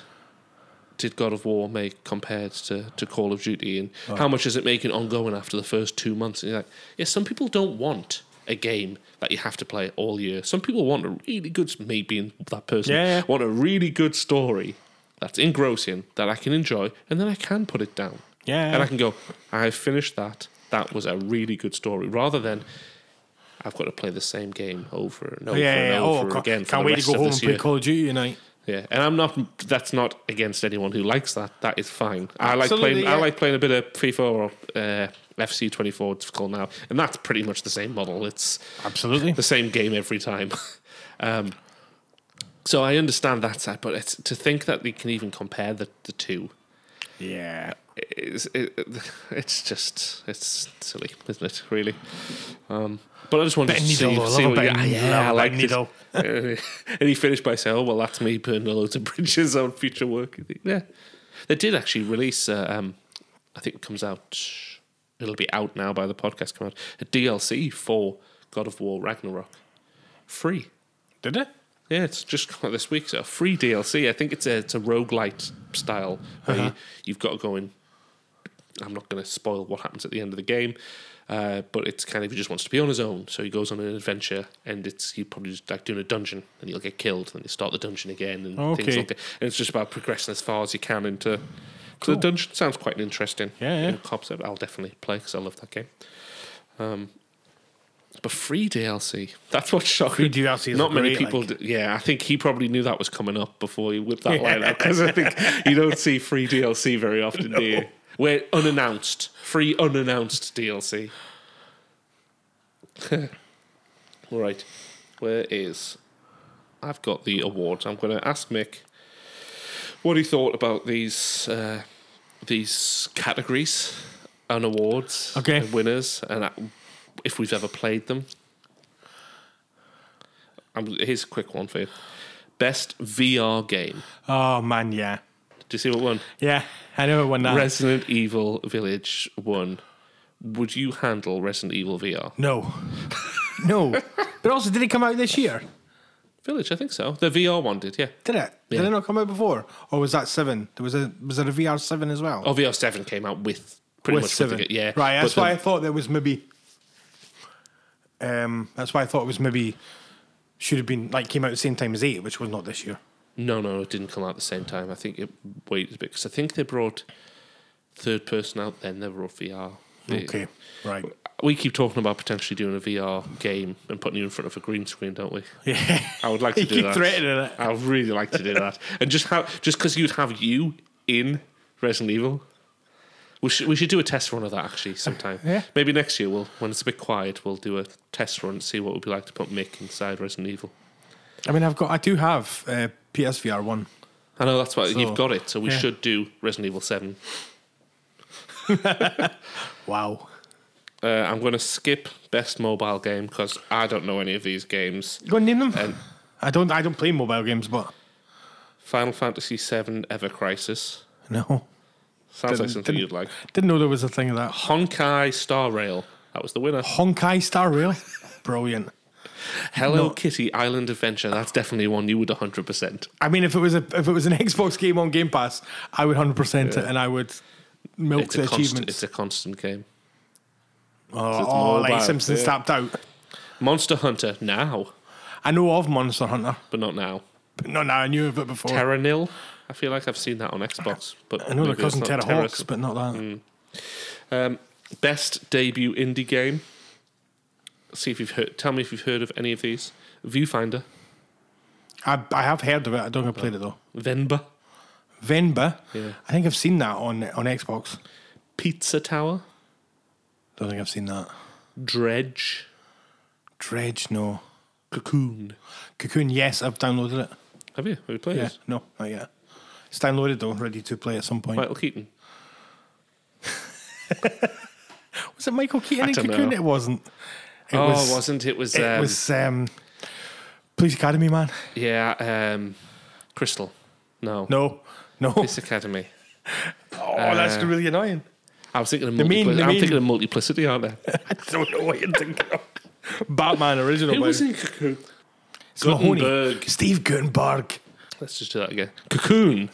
S1: did God of War make compared to, to Call of Duty, and
S2: Oh.
S1: how much is it making ongoing after the first two months? And you're like, yeah, some people don't want a game that you have to play all year. Some people want a really good, me being that person,
S2: Yeah, yeah.
S1: want a really good story that's engrossing that I can enjoy, and then I can put it down.
S2: Yeah.
S1: and I can go, I finished that. That was a really good story. Rather than I've got to play the same game over and over
S2: yeah, yeah.
S1: and
S2: Oh,
S1: over
S2: ca-
S1: again. For
S2: can't
S1: the
S2: wait to
S1: rest
S2: go
S1: of
S2: home
S1: this
S2: and play
S1: year.
S2: Call of Duty tonight.
S1: Yeah, and I'm not. That's not against anyone who likes that. That is fine. I like
S2: Absolutely,
S1: playing. I
S2: yeah.
S1: like playing a bit of FIFA or uh, FC 24. It's called now, and that's pretty much the same model. It's
S2: Absolutely.
S1: the same game every time. um, so I understand that side, but it's, to think that they can even compare the, the two
S2: Yeah.
S1: is it, it's just it's silly, isn't it? Really. Um, but I just wanted
S2: Bit
S1: to
S2: of needle,
S1: see,
S2: though. I
S1: see
S2: love
S1: what
S2: a bit
S1: you-
S2: of
S1: ah,
S2: needle,
S1: yeah, I
S2: love a
S1: like
S2: bit
S1: this. and he finished by saying, "Oh well, that's me burning loads of bridges on future work." You think, Yeah, they did actually release. Uh, um, I think it comes out. It'll be out now by the podcast come out. A DLC for God of War Ragnarok, free.
S2: Did it?
S1: Yeah, it's just come out this week. So free DLC. I think it's a it's a roguelite style where
S2: Uh-huh.
S1: you, you've got to go in. I'm not going to spoil what happens at the end of the game, uh, but it's kind of he just wants to be on his own. So he goes on an adventure, and it's you probably just like doing a dungeon, and you'll get killed, and you start the dungeon again, and things
S2: Okay.
S1: like that. And it's just about progressing as far as you can into to the dungeon. Sounds quite an interesting
S2: Yeah, yeah.
S1: you know, concept. I'll definitely play because I love that game. Um, But free DLC. That's what's shocking.
S2: Free DLC is
S1: Not many
S2: great,
S1: people.
S2: like-
S1: d- yeah, I think he probably knew that was coming up before he whipped that line out because I think you don't see free DLC very often, do you? Where unannounced, free unannounced DLC. All right, where is? I've got the awards. I'm going to ask Mick what he thought about these uh, these categories and awards
S2: Okay.
S1: and winners and uh, if we've ever played them. Um, here's a quick one for you. Best VR game.
S2: Oh man, yeah,
S1: Do you see what won?
S2: yeah. I know it won that.
S1: Resident Evil Village won. Would you handle Resident Evil VR?
S2: no, no. But also, did it come out this year?
S1: Village, I think so. The VR one did, yeah.
S2: Did it? Did it not come out before, or was that seven? There was a was there a VR seven as well?
S1: Oh, VR Seven came out with pretty
S2: With
S1: much
S2: seven,
S1: With it, yeah.
S2: Right,
S1: But
S2: that's
S1: the-
S2: why I thought there was maybe. Um, that's why I thought it was maybe should have been like came out at the same time as eight, which was not this year.
S1: No, no, it didn't come out at the same time. I think it waited a bit because I think they brought third person out then they brought VR. They-
S2: Okay, right.
S1: We keep talking about potentially doing a VR game and putting you in front of a green screen, don't we?
S2: Yeah,
S1: I would like to
S2: You
S1: do
S2: keep
S1: that.
S2: threatening it.
S1: I would really like to do that. And just how just because you'd have you in Resident Evil. We should, we should do a test run of that actually sometime.
S2: Yeah.
S1: Maybe next year we'll when it's a bit quiet we'll do a test run and see what it would be like to put Mick inside Resident Evil.
S2: I mean, I've got I do have uh, PSVR one.
S1: I know that's why you've
S2: So,
S1: got it, so we
S2: yeah.
S1: should do Resident Evil Seven
S2: Wow.
S1: Uh, I'm going to skip best mobile game because I don't know any of these games.
S2: You gonna name them?
S1: Um,
S2: I don't. I don't play mobile games, but
S1: Final Fantasy VII Ever Crisis
S2: no,
S1: sounds like
S2: Didn't-
S1: something
S2: didn't-
S1: you'd like.
S2: didn't know there was a thing of that.
S1: Honkai Star Rail that was the winner.
S2: Oh, Honkai Star Rail, brilliant.
S1: Hello Kitty Island Adventure that's definitely one you would 100. percent
S2: I mean, if it was a if it was an Xbox game on Game Pass, I would hundred percent it, and I would milk
S1: It's
S2: the
S1: a constant.
S2: achievements.
S1: It's a constant game.
S2: oh,
S1: it's
S2: oh,
S1: mobile,
S2: like Simpsons
S1: yeah.
S2: tapped out.
S1: Monster Hunter now,
S2: I know of Monster Hunter,
S1: but not now.
S2: but not now. I knew of it before.
S1: Terra Nil. I feel like I've seen that on Xbox, but
S2: I know the
S1: maybe it's
S2: cousin
S1: not Mm.
S2: Terra
S1: Terra-
S2: Hawks, but not that.
S1: Um, best debut indie game. See if you've heard. Tell me if you've heard of any of these. Viewfinder,
S2: I, I have heard of it. I don't think I played it though.
S1: Venba,
S2: Venba.
S1: Yeah.
S2: I think I've seen that on on Xbox.
S1: Pizza Tower,
S2: Don't think I've seen that.
S1: Dredge,
S2: Dredge, no.
S1: Cocoon.
S2: Cocoon, yes, I've downloaded it.
S1: Have you? Have you played
S2: Yeah,
S1: it?
S2: no, not yet. It's downloaded though, ready to play at some point.
S1: Michael Keaton.
S2: Was it Michael Keaton in
S1: don't
S2: Cocoon?
S1: know.
S2: It wasn't. It
S1: oh,
S2: was,
S1: it wasn't it? Was,
S2: It
S1: um,
S2: was um, Police Academy, man.
S1: yeah? Um, Crystal. No.
S2: No, no. Oh,
S1: This Academy.
S2: that's
S1: uh,
S2: really annoying.
S1: I was thinking of
S2: mean-
S1: multiplicity.
S2: the
S1: I'm
S2: mean-
S1: thinking of multiplicity, aren't I?
S2: I don't know what you're thinking of. Batman original.
S1: Who
S2: by-
S1: was in Cocoon?
S2: It's Mahoney.
S1: Gutenberg.
S2: Steve Gutenberg.
S1: Let's just do that again. Cocoon,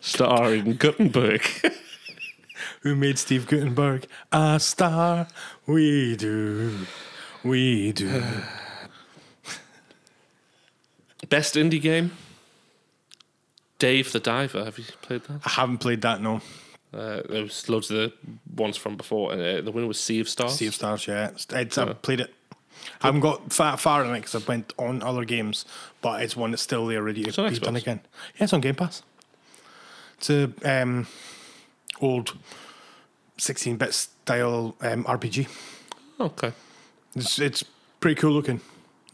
S1: starring Gutenberg.
S2: Who made Steve Gutenberg a star? We do. We do.
S1: Best indie game. Dave the Diver. Have you played that?
S2: I haven't played that, no.
S1: Uh, there was loads of the ones from before, and uh, the winner was Sea of Stars.
S2: Sea of Stars, yeah. It's, it's, I've played it. I haven't got far, far in it because I've went on other games, but it's one that's still there ready to
S1: on
S2: be done
S1: Xbox.
S2: again. Yeah, it's on Game Pass. It's a um, old 16-bit style um, RPG.
S1: Okay.
S2: It's, it's pretty cool looking.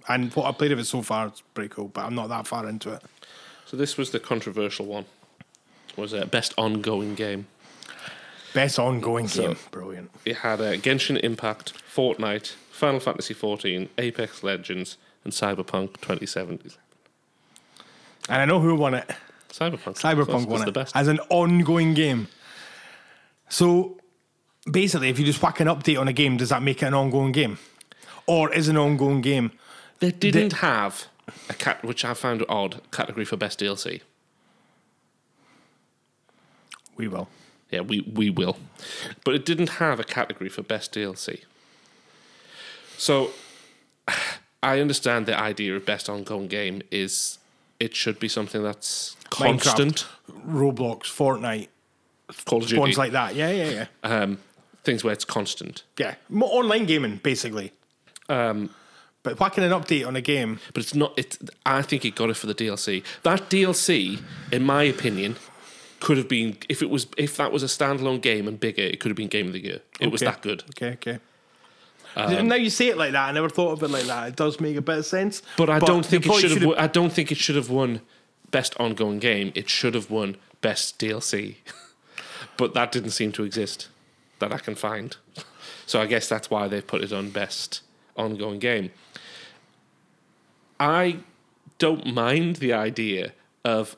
S2: And what I've played of it so far is pretty cool, but I'm not that far into it.
S1: So this was the controversial one. Was uh, best ongoing game.
S2: Best ongoing
S1: So-
S2: game. Brilliant.
S1: It had uh, Genshin Impact, Fortnite, Final Fantasy XIV, Apex Legends, and Cyberpunk 2077.
S2: And I know who won it.
S1: Cyberpunk.
S2: Cyberpunk
S1: That's-
S2: won
S1: that's
S2: it
S1: The best.
S2: as an ongoing game. So basically, if you just whack an update on a game, does that make it an ongoing game? Or is an ongoing game?
S1: They didn't have a cat, which I found odd category for best DLC.
S2: We will.
S1: Yeah, we, we will. But it didn't have a category for best DLC. So I understand the idea of best ongoing game is it should be something that's
S2: Minecraft.
S1: constant.
S2: Roblox, Fortnite,
S1: Call of Duty.
S2: ones like that. Yeah, yeah, yeah.
S1: um, things where it's constant.
S2: Yeah. Mo- Online gaming, basically.
S1: Um,
S2: But whacking an update on a game,
S1: but it's not. It. I think it got it for the DLC. That DLC, in my opinion, could have been if it was if that was a standalone game and bigger, it could have been game of the year. It was
S2: Okay.
S1: that good.
S2: Okay, okay.
S1: Um,
S2: now you say it like that, I never thought of it like that. It does make a bit of sense.
S1: But I don't think it
S2: you probably
S1: should have.
S2: should've-
S1: wo- I don't think it should have won best ongoing game. It should have won best DLC. but that didn't seem to exist that I can find. So I guess that's why they put it on best ongoing game. I don't mind the idea of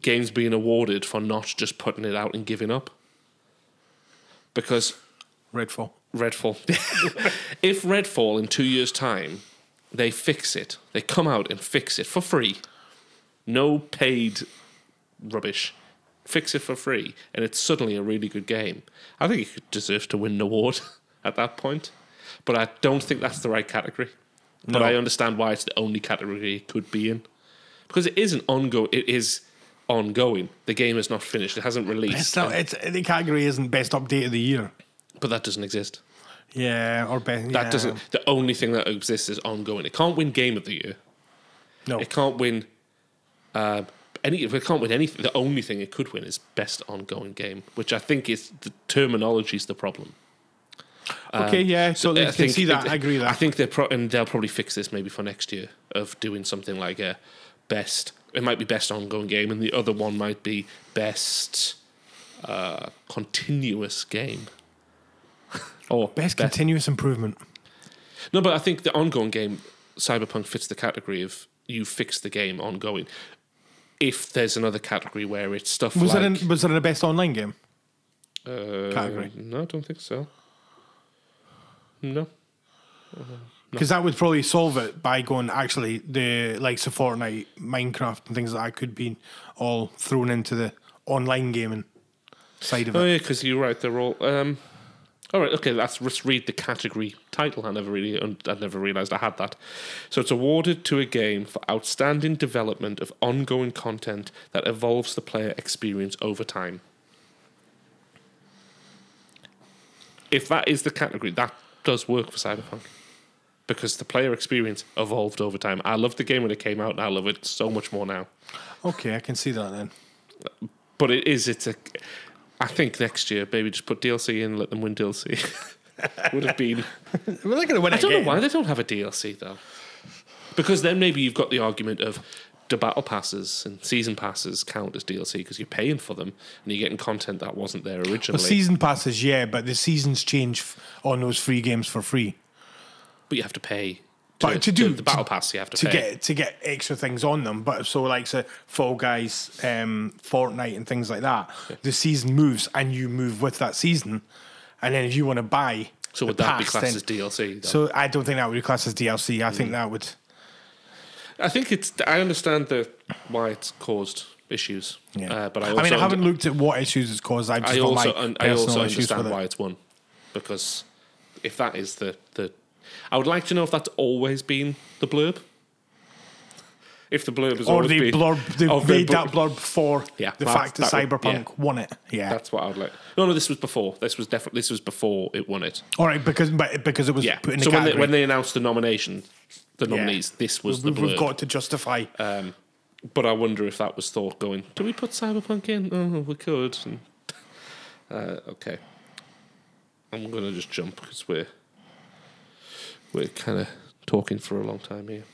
S1: games being awarded for not just putting it out and giving up. Because
S2: Redfall.
S1: Redfall. if Redfall in two years' time, they fix it, they come out and fix it for free, no paid rubbish, fix it for free, and it's suddenly a really good game. I think it deserves to win an award at that point, but I don't think that's the right category. But
S2: No.
S1: I understand why it's the only category it could be in because it is an ongoing. It is ongoing. The game is not finished. It hasn't
S2: It's
S1: released,
S2: not, it's, the category isn't best update of the year.
S1: but that doesn't exist.
S2: Yeah, or best.
S1: That doesn't. The only thing that exists is ongoing. It can't win game of the year.
S2: No.
S1: It can't win. Um, any. It can't win anything. The only thing it could win is best ongoing game, which I think is the terminology is the problem.
S2: Okay, yeah. So they
S1: I
S2: can
S1: think
S2: see that.
S1: it-
S2: I agree with
S1: I
S2: that.
S1: think they're pro- and they'll probably fix this maybe for next year of doing something like a best. It might be best ongoing game, and the other one might be best uh, continuous game. or
S2: Best continuous improvement.
S1: No, but I think the ongoing game, Cyberpunk fits the category of you fix the game ongoing. If there's another category where it's stuff
S2: Was
S1: like
S2: there in, was there in a best online game?
S1: uh,
S2: category?
S1: No, I don't think so. No.
S2: Because that would probably solve it by going actually the likes of Fortnite, Minecraft, and things like that could be all thrown into the online gaming side of
S1: Oh
S2: it.
S1: yeah, because you're right. They're all. Um, all right, okay. Let's just read the category title. I never really, I never realised I had that. So it's awarded to a game for outstanding development of ongoing content that evolves the player experience over time. If that is the category, that does work for Cyberpunk. Because the player experience evolved over time. I loved the game when it came out, and I love it so much more now.
S2: Okay, I can see that then.
S1: But it is. It's a. I think next year, maybe just put DLC in, let them win DLC. Would have been.
S2: We're not going to win
S1: I don't know why they don't have a DLC though, because then maybe you've got the argument of the battle passes and season passes count as DLC because you're paying for them and you're getting content that wasn't there originally.
S2: Well, season passes, yeah, but the seasons change f- on those free games for free
S1: but you have to pay.
S2: But to do-
S1: the battle pass, you have to,
S2: to
S1: pay.
S2: get to get extra things on them. But so like so Fall Guys, um, Fortnite, and things like that, the season moves and you move with that season. And then if you want to buy
S1: So would that be
S2: past
S1: classed
S2: then.
S1: as DLC? though?
S2: So I don't think that would be classed as DLC. I think
S1: Mm.
S2: that would.
S1: I think it's. I understand the why it's caused issues.
S2: Yeah.
S1: Uh, but I,
S2: I,
S1: also
S2: mean, I haven't looked at what issues it's caused. I've just
S1: I
S2: got
S1: also
S2: my
S1: un- I
S2: personal
S1: also
S2: issues with
S1: understand
S2: it.
S1: why it's won because if that is the the, I would like to know if that's always been the blurb. If the blurb has
S2: Or
S1: always
S2: they
S1: been,
S2: blurb, they
S1: of the
S2: made
S1: bu-
S2: that blurb for
S1: Yeah,
S2: the
S1: that-
S2: fact that,
S1: that would-
S2: Cyberpunk won it. Yeah.
S1: That's what I would like. No, no, this was before. This was definitely this was before it won it.
S2: All right, because but because it was
S1: Yeah.
S2: put in the
S1: so when they,
S2: category.
S1: when they announced the nomination, the nominees, this was the
S2: we've,
S1: blurb.
S2: we've got to justify.
S1: Um, but I wonder if that was thought going, do we put Cyberpunk in? Oh, we could. And, uh, okay. I'm going to just jump because we're, we're kind of talking for a long time here.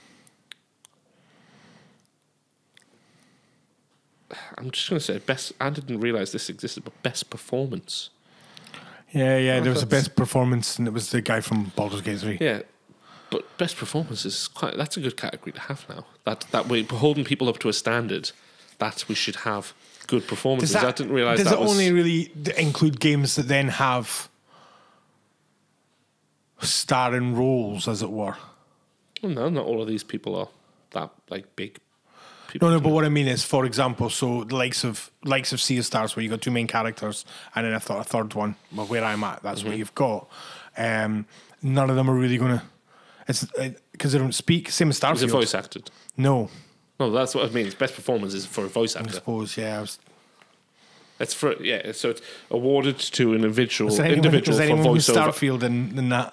S1: I'm just going to say best. I didn't realize this existed, but best performance.
S2: yeah, yeah. There was the
S1: thought-
S2: best performance, and it was the guy from Baldur's Gate Three.
S1: Yeah, but best performance is quite. That's a good category to have now. That that we're holding people up to a standard. That we should have good performances. I didn't realize
S2: does
S1: that
S2: it
S1: was.
S2: only really d- include games that then have starring roles, as it were?
S1: Well, no, not all of these people are that like big. People.
S2: No, no. But what I mean is, for example, so the likes of likes of Sea of Stars, where you got two main characters, and then I thought a third one. Well, where I'm at, that's
S1: Mm-hmm.
S2: what you've got. Um, none of them are really gonna. It's because they don't speak. Same as
S1: He's a
S2: Starfield.
S1: voice actor.
S2: No,
S1: No, that's what I mean. It's best performance is for a voice
S2: I
S1: actor.
S2: suppose. Yeah. I was,
S1: It's for yeah. So it's awarded to an individual
S2: Is there anyone,
S1: individual
S2: is there anyone
S1: for
S2: from
S1: voiceover
S2: Starfield in, in that?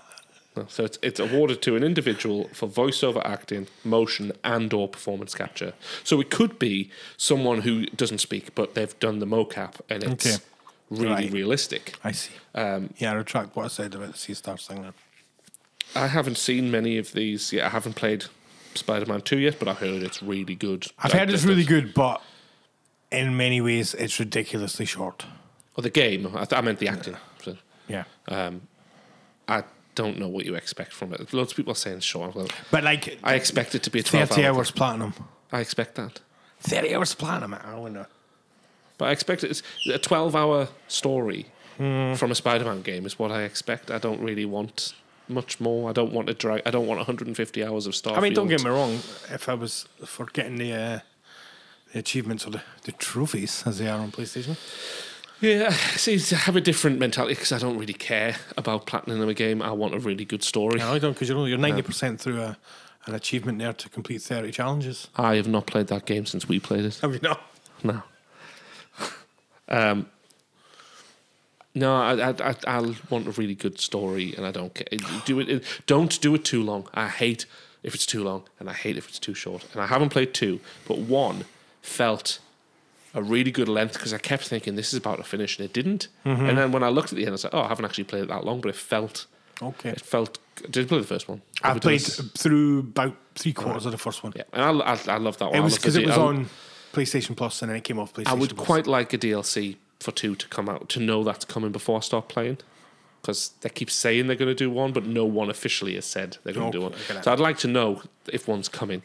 S1: So it's it's awarded to an individual for voiceover acting, motion, and or performance capture. So it could be someone who doesn't speak, but they've done the mocap and it's
S2: Okay.
S1: really
S2: Right.
S1: realistic.
S2: I see.
S1: Um,
S2: Yeah, I retract what I said about the Sea Stars thing. Then.
S1: I haven't seen many of these yet. I haven't played Spider Man Two yet, but I heard it's really good.
S2: I've
S1: Like,
S2: heard it's
S1: there's-
S2: really good, but in many ways, it's ridiculously short.
S1: Oh, the game. I, th- I meant the acting. So,
S2: Yeah,
S1: um, I don't know what you expect from it. Loads of people are saying sure. Well,
S2: but like
S1: I expect it to be a twelve
S2: thirty
S1: hour.
S2: hours platinum.
S1: I expect that.
S2: Thirty hours platinum. I wonder.
S1: But I expect it's a 12 hour story from a Spider Man game is what I expect. I don't really want much more. I don't want to drag, I don't want 150 hours of Starfield.
S2: I mean, don't get me wrong. If I was for getting the uh, the achievements or the, the trophies as they are on PlayStation,
S1: Yeah, see, I have a different mentality because I don't really care about platinum a game. I want a really good story.
S2: no, I don't because you're only you're ninety percent through a, an achievement there to complete thirty challenges.
S1: I have not played that game since we played it.
S2: Have you not?
S1: No. um, no, I, I, I, I want a really good story, and I don't care. Do it. Don't do it too long. I hate if it's too long, and I hate if it's too short. And I haven't played two, but one felt a really good length because I kept thinking this is about to finish, and it didn't.
S2: Mm-hmm.
S1: And then when I looked at the end, I was like, oh, I haven't actually played it that long, but it felt.
S2: Okay.
S1: It felt. Did you play the first one?
S2: I
S1: Overdose.
S2: played through about three quarters of the first one.
S1: Yeah, and I, I, I love that one.
S2: It
S1: I
S2: was
S1: loved
S2: because
S1: the
S2: it
S1: D-
S2: was
S1: I-
S2: on PlayStation Plus and then it came off PlayStation.
S1: I would
S2: Plus.
S1: quite like a DLC for two to come out to know that's coming before I start playing. Because they keep saying they're going to do one, but no one officially has said they're going to
S2: Okay,
S1: do
S2: okay.
S1: one. So I'd like to know if one's coming.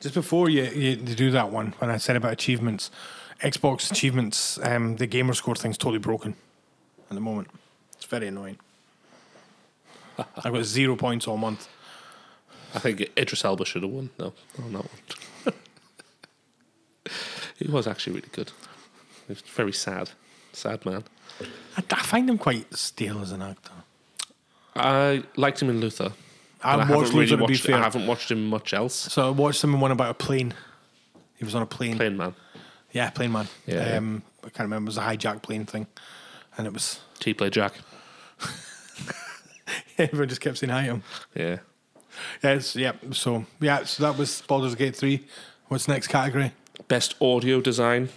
S2: just before you, you you do that one when I said about achievements, Xbox achievements, um, the gamer score thing's totally broken at the moment. It's very annoying. I got zero points all month.
S1: I think Idris Elba should have won, though, on that one. he was actually really good. He was very sad. Sad man.
S2: I, I find him quite stale as an actor.
S1: I liked him in Luther.
S2: I
S1: but
S2: watched
S1: haven't
S2: Luther to be
S1: watched,
S2: fair.
S1: I haven't watched him much else.
S2: So I watched him in one about a plane. He was on a plane.
S1: Plain man.
S2: Yeah, plane man.
S1: Yeah.
S2: Um, I can't remember. It was a hijack plane thing, and it was
S1: T play Jack.
S2: everyone just kept saying hi um, to him.
S1: Yeah.
S2: Yes, yeah. So yeah, so that was Baldur's Gate three. What's next category?
S1: Best audio design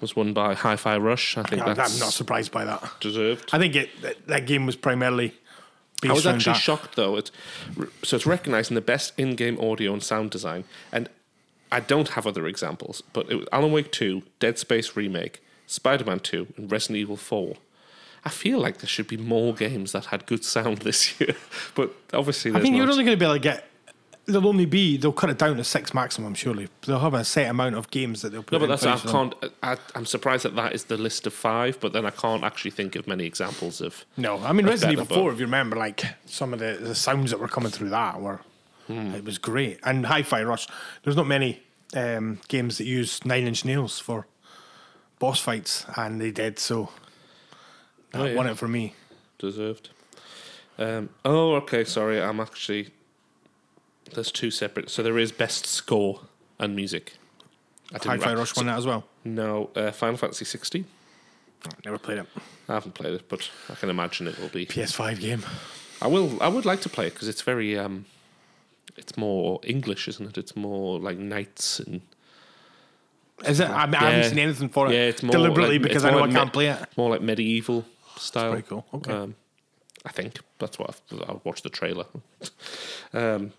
S1: was won by Hi Fi Rush. I think
S2: I'm
S1: that's
S2: not surprised by that.
S1: deserved.
S2: I think it, that, that game was primarily. Based
S1: I was
S2: around
S1: actually
S2: that.
S1: shocked though. It's, so it's recognizing the best in-game audio and sound design, and I don't have other examples, but it was Alan Wake Two, Dead Space Remake, Spider-Man Two, and Resident Evil Four. I feel like there should be more games that had good sound this year, but obviously
S2: I
S1: there's
S2: mean, you're
S1: not.
S2: only going to be able to get There'll only be they'll cut it down to six maximum. Surely they'll have a set amount of games that they'll put.
S1: No, but
S2: in
S1: that's I
S2: place on.
S1: can't. I, I'm surprised that that is the list of five, but then I can't actually think of many examples of.
S2: No, I mean
S1: That's
S2: Resident
S1: better,
S2: Evil
S1: but-
S2: Four. If you remember, like some of the, the sounds that were coming through that were,
S1: Hmm.
S2: it was great. And Hi-Fi Rush. There's not many um, games that use nine inch nails for boss fights, and they did so. That
S1: Oh, yeah.
S2: won it for me.
S1: deserved. Um, oh, okay. Sorry, I'm actually. There's two separate. So there is best score and music. I didn't
S2: Hi-Fi
S1: write-
S2: Rush won that as well.
S1: No, uh, Final Fantasy 16.
S2: Never played it.
S1: I haven't played it, but I can imagine it will be.
S2: PS5 game.
S1: I will. I would like to play it because it's very. Um, it's more English, isn't it? It's more like knights and
S2: Is it? I, mean, I
S1: Yeah.
S2: haven't seen anything for it.
S1: Yeah, it's more
S2: deliberately
S1: like- it's
S2: because I know
S1: more
S2: I
S1: like
S2: can't
S1: me-
S2: play it.
S1: more like medieval style.
S2: pretty cool. Okay.
S1: Um, I think that's what I've, I'll watch the trailer. um,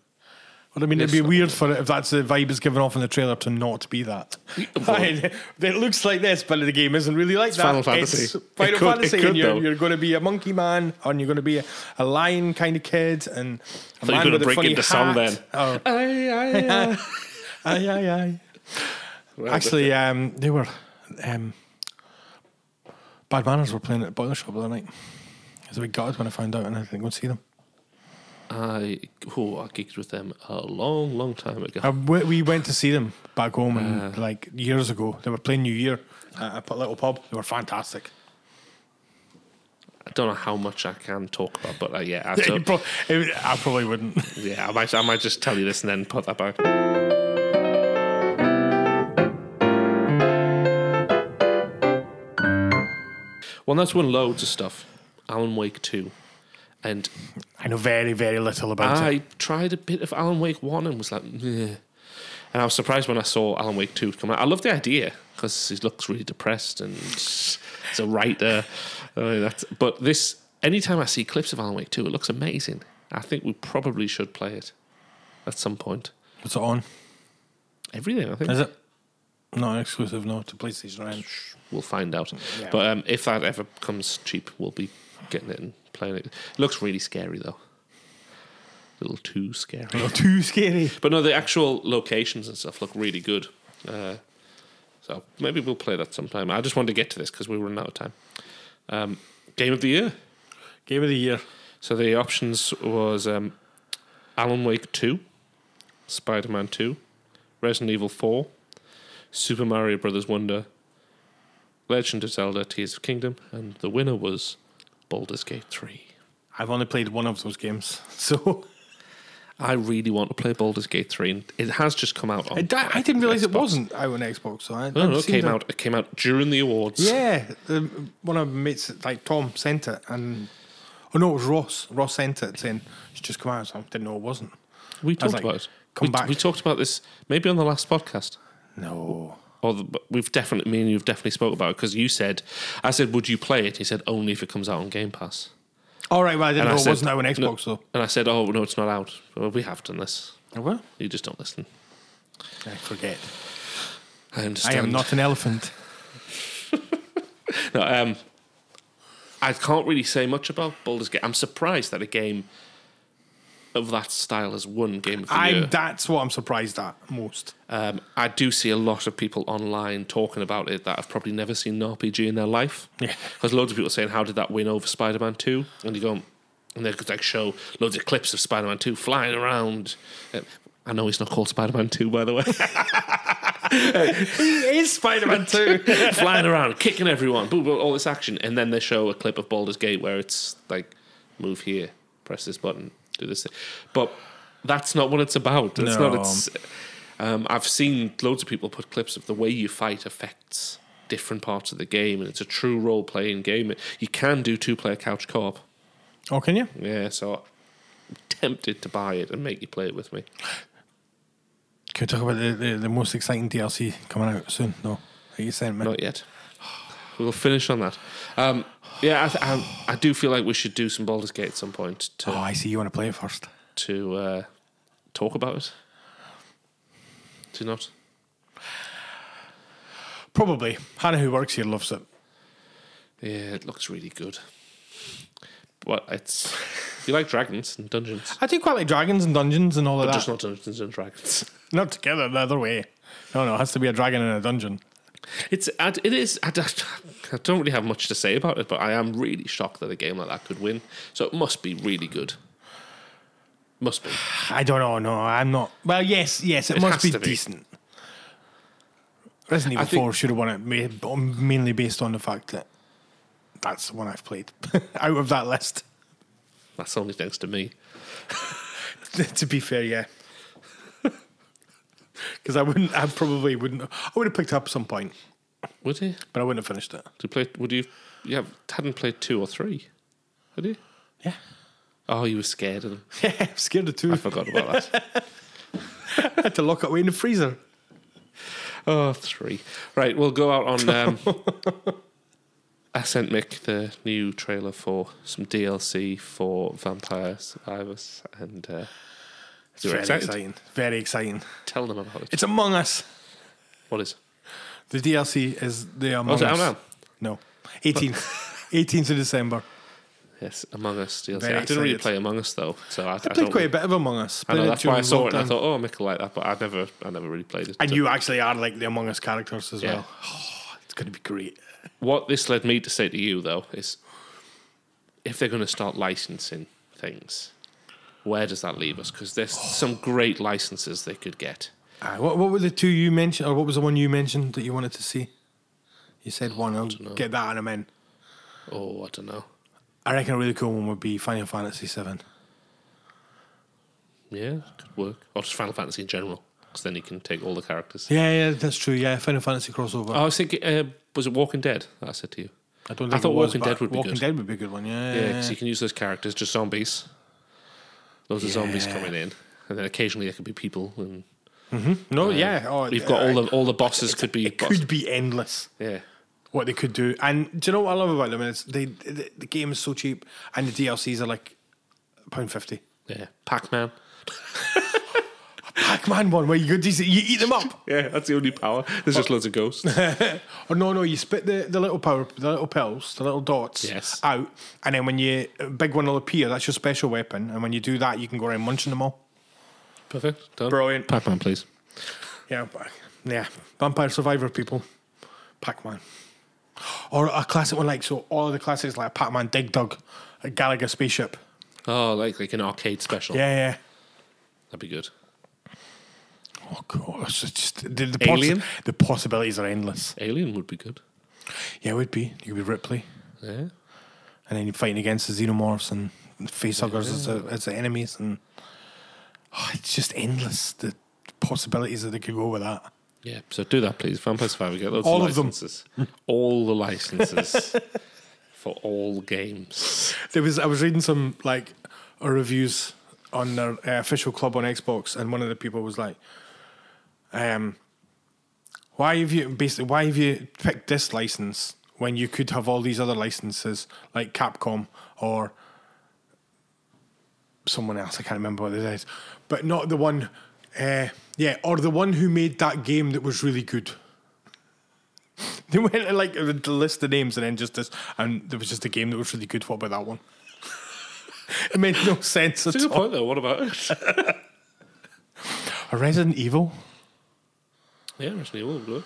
S2: But I mean, it'd be
S1: Yes.
S2: weird for it if that's the vibe it's given off in the trailer to not be that. it looks like this, but the game isn't really like that.
S1: Final Fantasy.
S2: It's
S1: It
S2: Final
S1: could- it
S2: Fantasy,
S1: could,
S2: and you're,
S1: though.
S2: you're going to be a monkey man, and you're going to be a, a lion kind of kid, and a
S1: you were
S2: man
S1: gonna
S2: with a
S1: break
S2: funny
S1: into
S2: hat.
S1: song then.
S2: Oh,
S1: uh,
S2: aye, aye, aye.
S1: well,
S2: Actually, um, they were. Um, Bad Manners were playing at Boiler Shop the other night. I was a bit gutted when I found out, and I didn't go and see them.
S1: I oh, I gigged with them a long, long time ago.
S2: I w Uh, we went to see them back home and like years ago. They were playing New Year at a p- little pub. They were fantastic.
S1: I don't know how much I can talk about, but uh, yeah, I,
S2: You
S1: don't,
S2: prob- it was- I probably wouldn't.
S1: yeah, I might, I might just tell you this and then put that back. Well, that's won loads of stuff. Alan Wake two, and
S2: I know very, very little about it.
S1: I tried a bit of Alan Wake 1 and was like, "Meh." and I was surprised when I saw Alan Wake 2 come out. I love the idea because he looks really depressed and he's a writer. I mean, that's- but this, anytime I see clips of Alan Wake 2, it looks amazing. I think we probably should play it at some point.
S2: What's it on?
S1: Everything, I think.
S2: Is it not exclusive? No, to PlayStation. Right?
S1: We'll find out. But um, if that ever comes cheap, we'll be getting it and playing it. It looks really scary, though. A little too scary.
S2: Not too scary.
S1: But no, the actual locations and stuff look really good. Uh, so maybe we'll play that sometime. I just wanted to get to this because we were running out of time. Um, game of the year.
S2: Game of the year.
S1: So the options was um, Alan Wake Two, Spider Man Two, Resident Evil Four, Super Mario Brothers Wonder, Legend of Zelda: Tears of Kingdom, and the winner was Baldur's Gate Three.
S2: I've only played one of those games, so
S1: I really want to play Baldur's Gate Three, and it has just come out. On
S2: I, di- I didn't realize it
S1: Xbox.
S2: wasn't out on Xbox. So I
S1: No, no,
S2: I'd
S1: Oh, it
S2: seen
S1: came
S2: the-
S1: out. It came out during the awards.
S2: Yeah, the, one of my mates, like Tom, sent it, and oh no, it was Ross. Ross sent it saying it's just come out. So I didn't know it wasn't.
S1: we
S2: I was
S1: talked
S2: like,
S1: about it.
S2: come
S1: we,
S2: back.
S1: We talked about this maybe on the last podcast,
S2: No.
S1: or the, but we've definitely me and you've definitely spoke about it because you said, I said, would you play it? He said, only if it comes out on Game Pass.
S2: All right, well, I didn't
S1: I
S2: know
S1: said-
S2: it wasn't out on
S1: no.
S2: Xbox, though.
S1: And I said, oh no, it's not out. Well, we have done this.
S2: Oh, well,
S1: You just don't listen.
S2: I forget.
S1: I
S2: I
S1: understand.
S2: am not an elephant.
S1: No, um, I can't really say much about Baldur's Gate. I'm surprised that a game of that style has won Game of the Year.
S2: I'm. That's what I'm surprised at most.
S1: Um, I do see a lot of people online talking about it that have probably never seen an RPG in their life.
S2: Yeah.
S1: Because loads of people saying, How did that win over Spider Man 2? And you go, and they could like show loads of clips of Spider Man 2 flying around. Um, I know he's not called Spider Man 2, by the way.
S2: He is Spider-Man too.
S1: flying around, kicking everyone, boo, boo, all this action. And then they show a clip of Baldur's Gate where it's like, Move here, press this button, do this. Thing. But that's not what it's about. That's not
S2: No.
S1: it's. Um, I've seen loads of people put clips of the way you fight affects different parts of the game, and it's a true role playing game. You can do two player couch co op.
S2: oh, can you?
S1: Yeah, so I'm tempted to buy it and make you play it with me.
S2: Can we talk about the, the, the most exciting DLC coming out soon? No, that you sent me.
S1: Not yet. We'll finish on that. Um, yeah, I, th- I, I do feel like we should do some Baldur's Gate at some point to
S2: oh, I see. You want to play it first?
S1: to uh, talk about it. Do you not?
S2: Probably. Hannah, who works here, loves it.
S1: Yeah, it looks really good. But it's You like dragons and dungeons,
S2: I do quite like dragons and dungeons and all of
S1: but
S2: that.
S1: just not dungeons and dragons.
S2: Not together, the other way. No, no, it has to be a dragon in a dungeon.
S1: It's I- it is. I, don't- I don't really have much to say about it, but I am really shocked that a game like that could win. So it must be really good. Must be.
S2: I don't know, no, I'm not. Well, yes, yes, it,
S1: It
S2: must
S1: has
S2: be,
S1: to be.
S2: decent. Resident Evil
S1: think-
S2: 4 should have won it, ma- mainly based on the fact that that's the one I've played out of that list.
S1: That's only thanks to me.
S2: to be fair, yeah. Because I wouldn't, I probably wouldn't, I would have picked it up at some point,
S1: Would you?
S2: but I wouldn't have finished it.
S1: To play? Would you? You have, hadn't played two or three, had you?
S2: Yeah.
S1: Oh, you were scared, and
S2: I'm scared of two.
S1: I forgot about that.
S2: I had to lock it away in the freezer.
S1: Oh, three. Right, we'll go out on. Um, I sent Mick the new trailer for some DLC for Vampire Survivors, and uh,
S2: It's
S1: you're
S2: very
S1: excited.
S2: exciting. Very exciting.
S1: Tell them about it.
S2: It's Among Us.
S1: What is?
S2: The DLC is the Among
S1: is it out
S2: Us.
S1: now?
S2: No. 18th. 18th of December.
S1: Yes, Among Us DLC.
S2: Very
S1: I didn't really
S2: excited.
S1: play Among Us though, so I, I,
S2: I played
S1: don't.
S2: quite a bit of Among Us.
S1: I know
S2: played
S1: that's why I
S2: during
S1: saw it. and I
S2: lockdown.
S1: thought, oh, Mick will like that, but I never, I never really played it.
S2: And
S1: So-
S2: you actually are like the Among Us characters as
S1: Yeah.
S2: well. Oh, it's going to be great.
S1: What this led me to say to you though is, if they're going to start licensing things, where does that leave us? Because there's some great licenses they could get.
S2: Aye, Uh, what, what were the two you mentioned, or what was the one you mentioned that you wanted to see? You said one. I'll get that in a minute.
S1: Oh, I don't know.
S2: I reckon a really cool one would be Final Fantasy VII.
S1: Yeah, could work. Or just Final Fantasy in general, because then you can take all the characters.
S2: Yeah, yeah, that's true. Yeah, Final Fantasy crossover.
S1: I was thinking, uh, was it Walking Dead? that I said to you.
S2: I don't. Think
S1: I
S2: it
S1: thought
S2: was,
S1: Walking
S2: but
S1: Dead would be
S2: Walking
S1: good.
S2: Dead would be a good one. Yeah,
S1: Yeah, because you can use those characters, just zombies. Loads of zombies
S2: Yeah.
S1: coming in, and then occasionally there could be people, and
S2: no, yeah. Oh,
S1: uh, you've got all the all the bosses could be.
S2: It
S1: Boss-
S2: could be endless.
S1: yeah,
S2: What they could do, and do you know what I love about them is they the, the game is so cheap, and the DLCs are like pound fifty.
S1: yeah. Pac Man.
S2: Pac-Man one where you go these, you eat them up.
S1: Yeah, that's the only power. There's just loads of ghosts.
S2: Or no, no, you spit the, the little power, the little pills, the little dots
S1: Yes.
S2: out, and then when you a big one will appear. That's your special weapon, and when you do that, you can go around munching them all.
S1: Perfect. Done.
S2: Brilliant.
S1: Pac Man, please.
S2: Yeah, but- yeah. Vampire Survivor people, Pac-Man, or a classic one like so. All of the classics like Pac-Man, Dig Dug, a Galaga spaceship.
S1: Oh, like like an arcade special.
S2: Yeah, yeah.
S1: that'd be good.
S2: Oh gosh, it's just the, the,
S1: Alien?
S2: possi- the possibilities are endless.
S1: Alien would be good.
S2: Yeah, it would be. You could be Ripley,
S1: Yeah.
S2: and then you're fighting against the xenomorphs and facehuggers as, the, as the enemies, and oh, it's just endless. The possibilities that they could go with that.
S1: Yeah, so do that, please. Vampire Survivor, get loads
S2: All
S1: of
S2: of them.
S1: licenses. all the licenses for all games.
S2: There was I was reading some like uh, reviews on their uh, official club on Xbox, and one of the people was like, um, "Why have you basically why have you picked this license when you could have all these other licenses like Capcom or someone else? I can't remember what it is, but not the one, uh, yeah, or the one who made that game that was really good." They went and like the list the names and then just this, and there was just a game that was really good. What about that one? it made no sense
S1: It's
S2: at
S1: a good
S2: all.
S1: point, though. What about it?
S2: A Resident Evil,
S1: yeah, Resident Evil would work.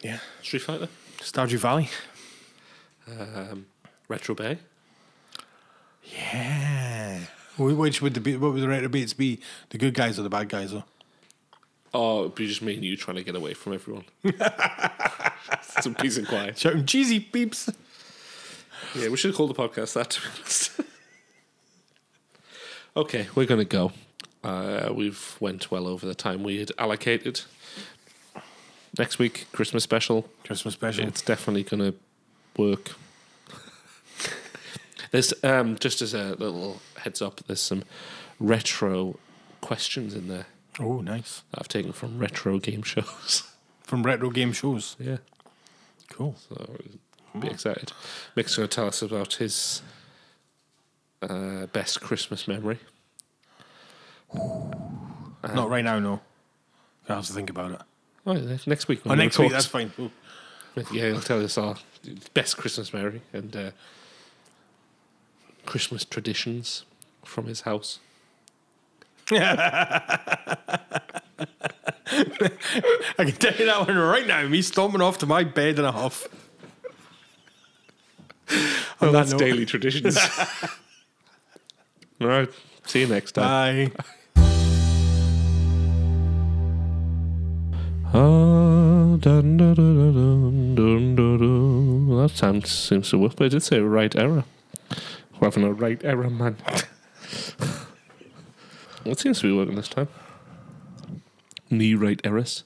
S2: yeah,
S1: Street Fighter,
S2: Stardew Valley,
S1: um, Retro Bay.
S2: yeah. Wh- Which would the be, what would the retro beats be? The good guys or the bad guys? Or
S1: Oh, it'd be just me and you trying to get away from everyone. Some peace and quiet.
S2: shouting cheesy peeps.
S1: Yeah, we should have called the podcast that, to be honest. okay, we're going to go. Uh, we've went well over the time we had allocated. Next week, Christmas special.
S2: Christmas special.
S1: It's definitely going to work. there's um, just as a little heads up, there's some retro questions in there
S2: Oh, nice
S1: that I've taken from retro game shows.
S2: from retro game shows.
S1: yeah,
S2: Cool.
S1: so be excited. Mick's going to tell us about his uh, best Christmas memory. Uh-huh.
S2: Not right now, no. I have to think about it.
S1: Oh, yeah, next week.
S2: Oh,
S1: when we
S2: next week.
S1: record.
S2: That's fine. Ooh.
S1: Yeah, he'll tell us our best Christmas memory and uh, Christmas traditions from his house.
S2: I can tell you that one right now. Me stomping off to my bed in a huff.
S1: Oh, that's
S2: note-
S1: daily traditions. All right. See you next time.
S2: Bye.
S1: Ah, dun, dun, dun, dun, dun, dun, dun. That sound seems to work, but it did say right error. We're having a right error, man. it seems to be working this time. Knee right errors.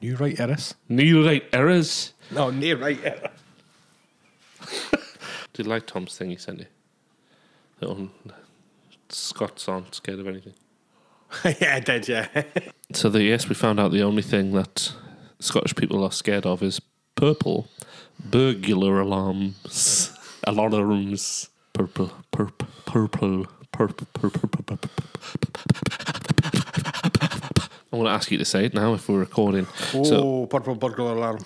S2: You right, Eris?
S1: Knee right errors.
S2: No, near right, Eris.
S1: Did you like Tom's thing he sent you? That one, Scots aren't scared of anything.
S2: yeah, I did, yeah.
S1: So the yes, we found out the only thing that Scottish people are scared of is purple burglar alarms. Alarms. Purple. Purple. Purple. Purple. Purple. Purple. I want to ask you to say it now if we're recording. So
S2: oh, purple burglar alarm.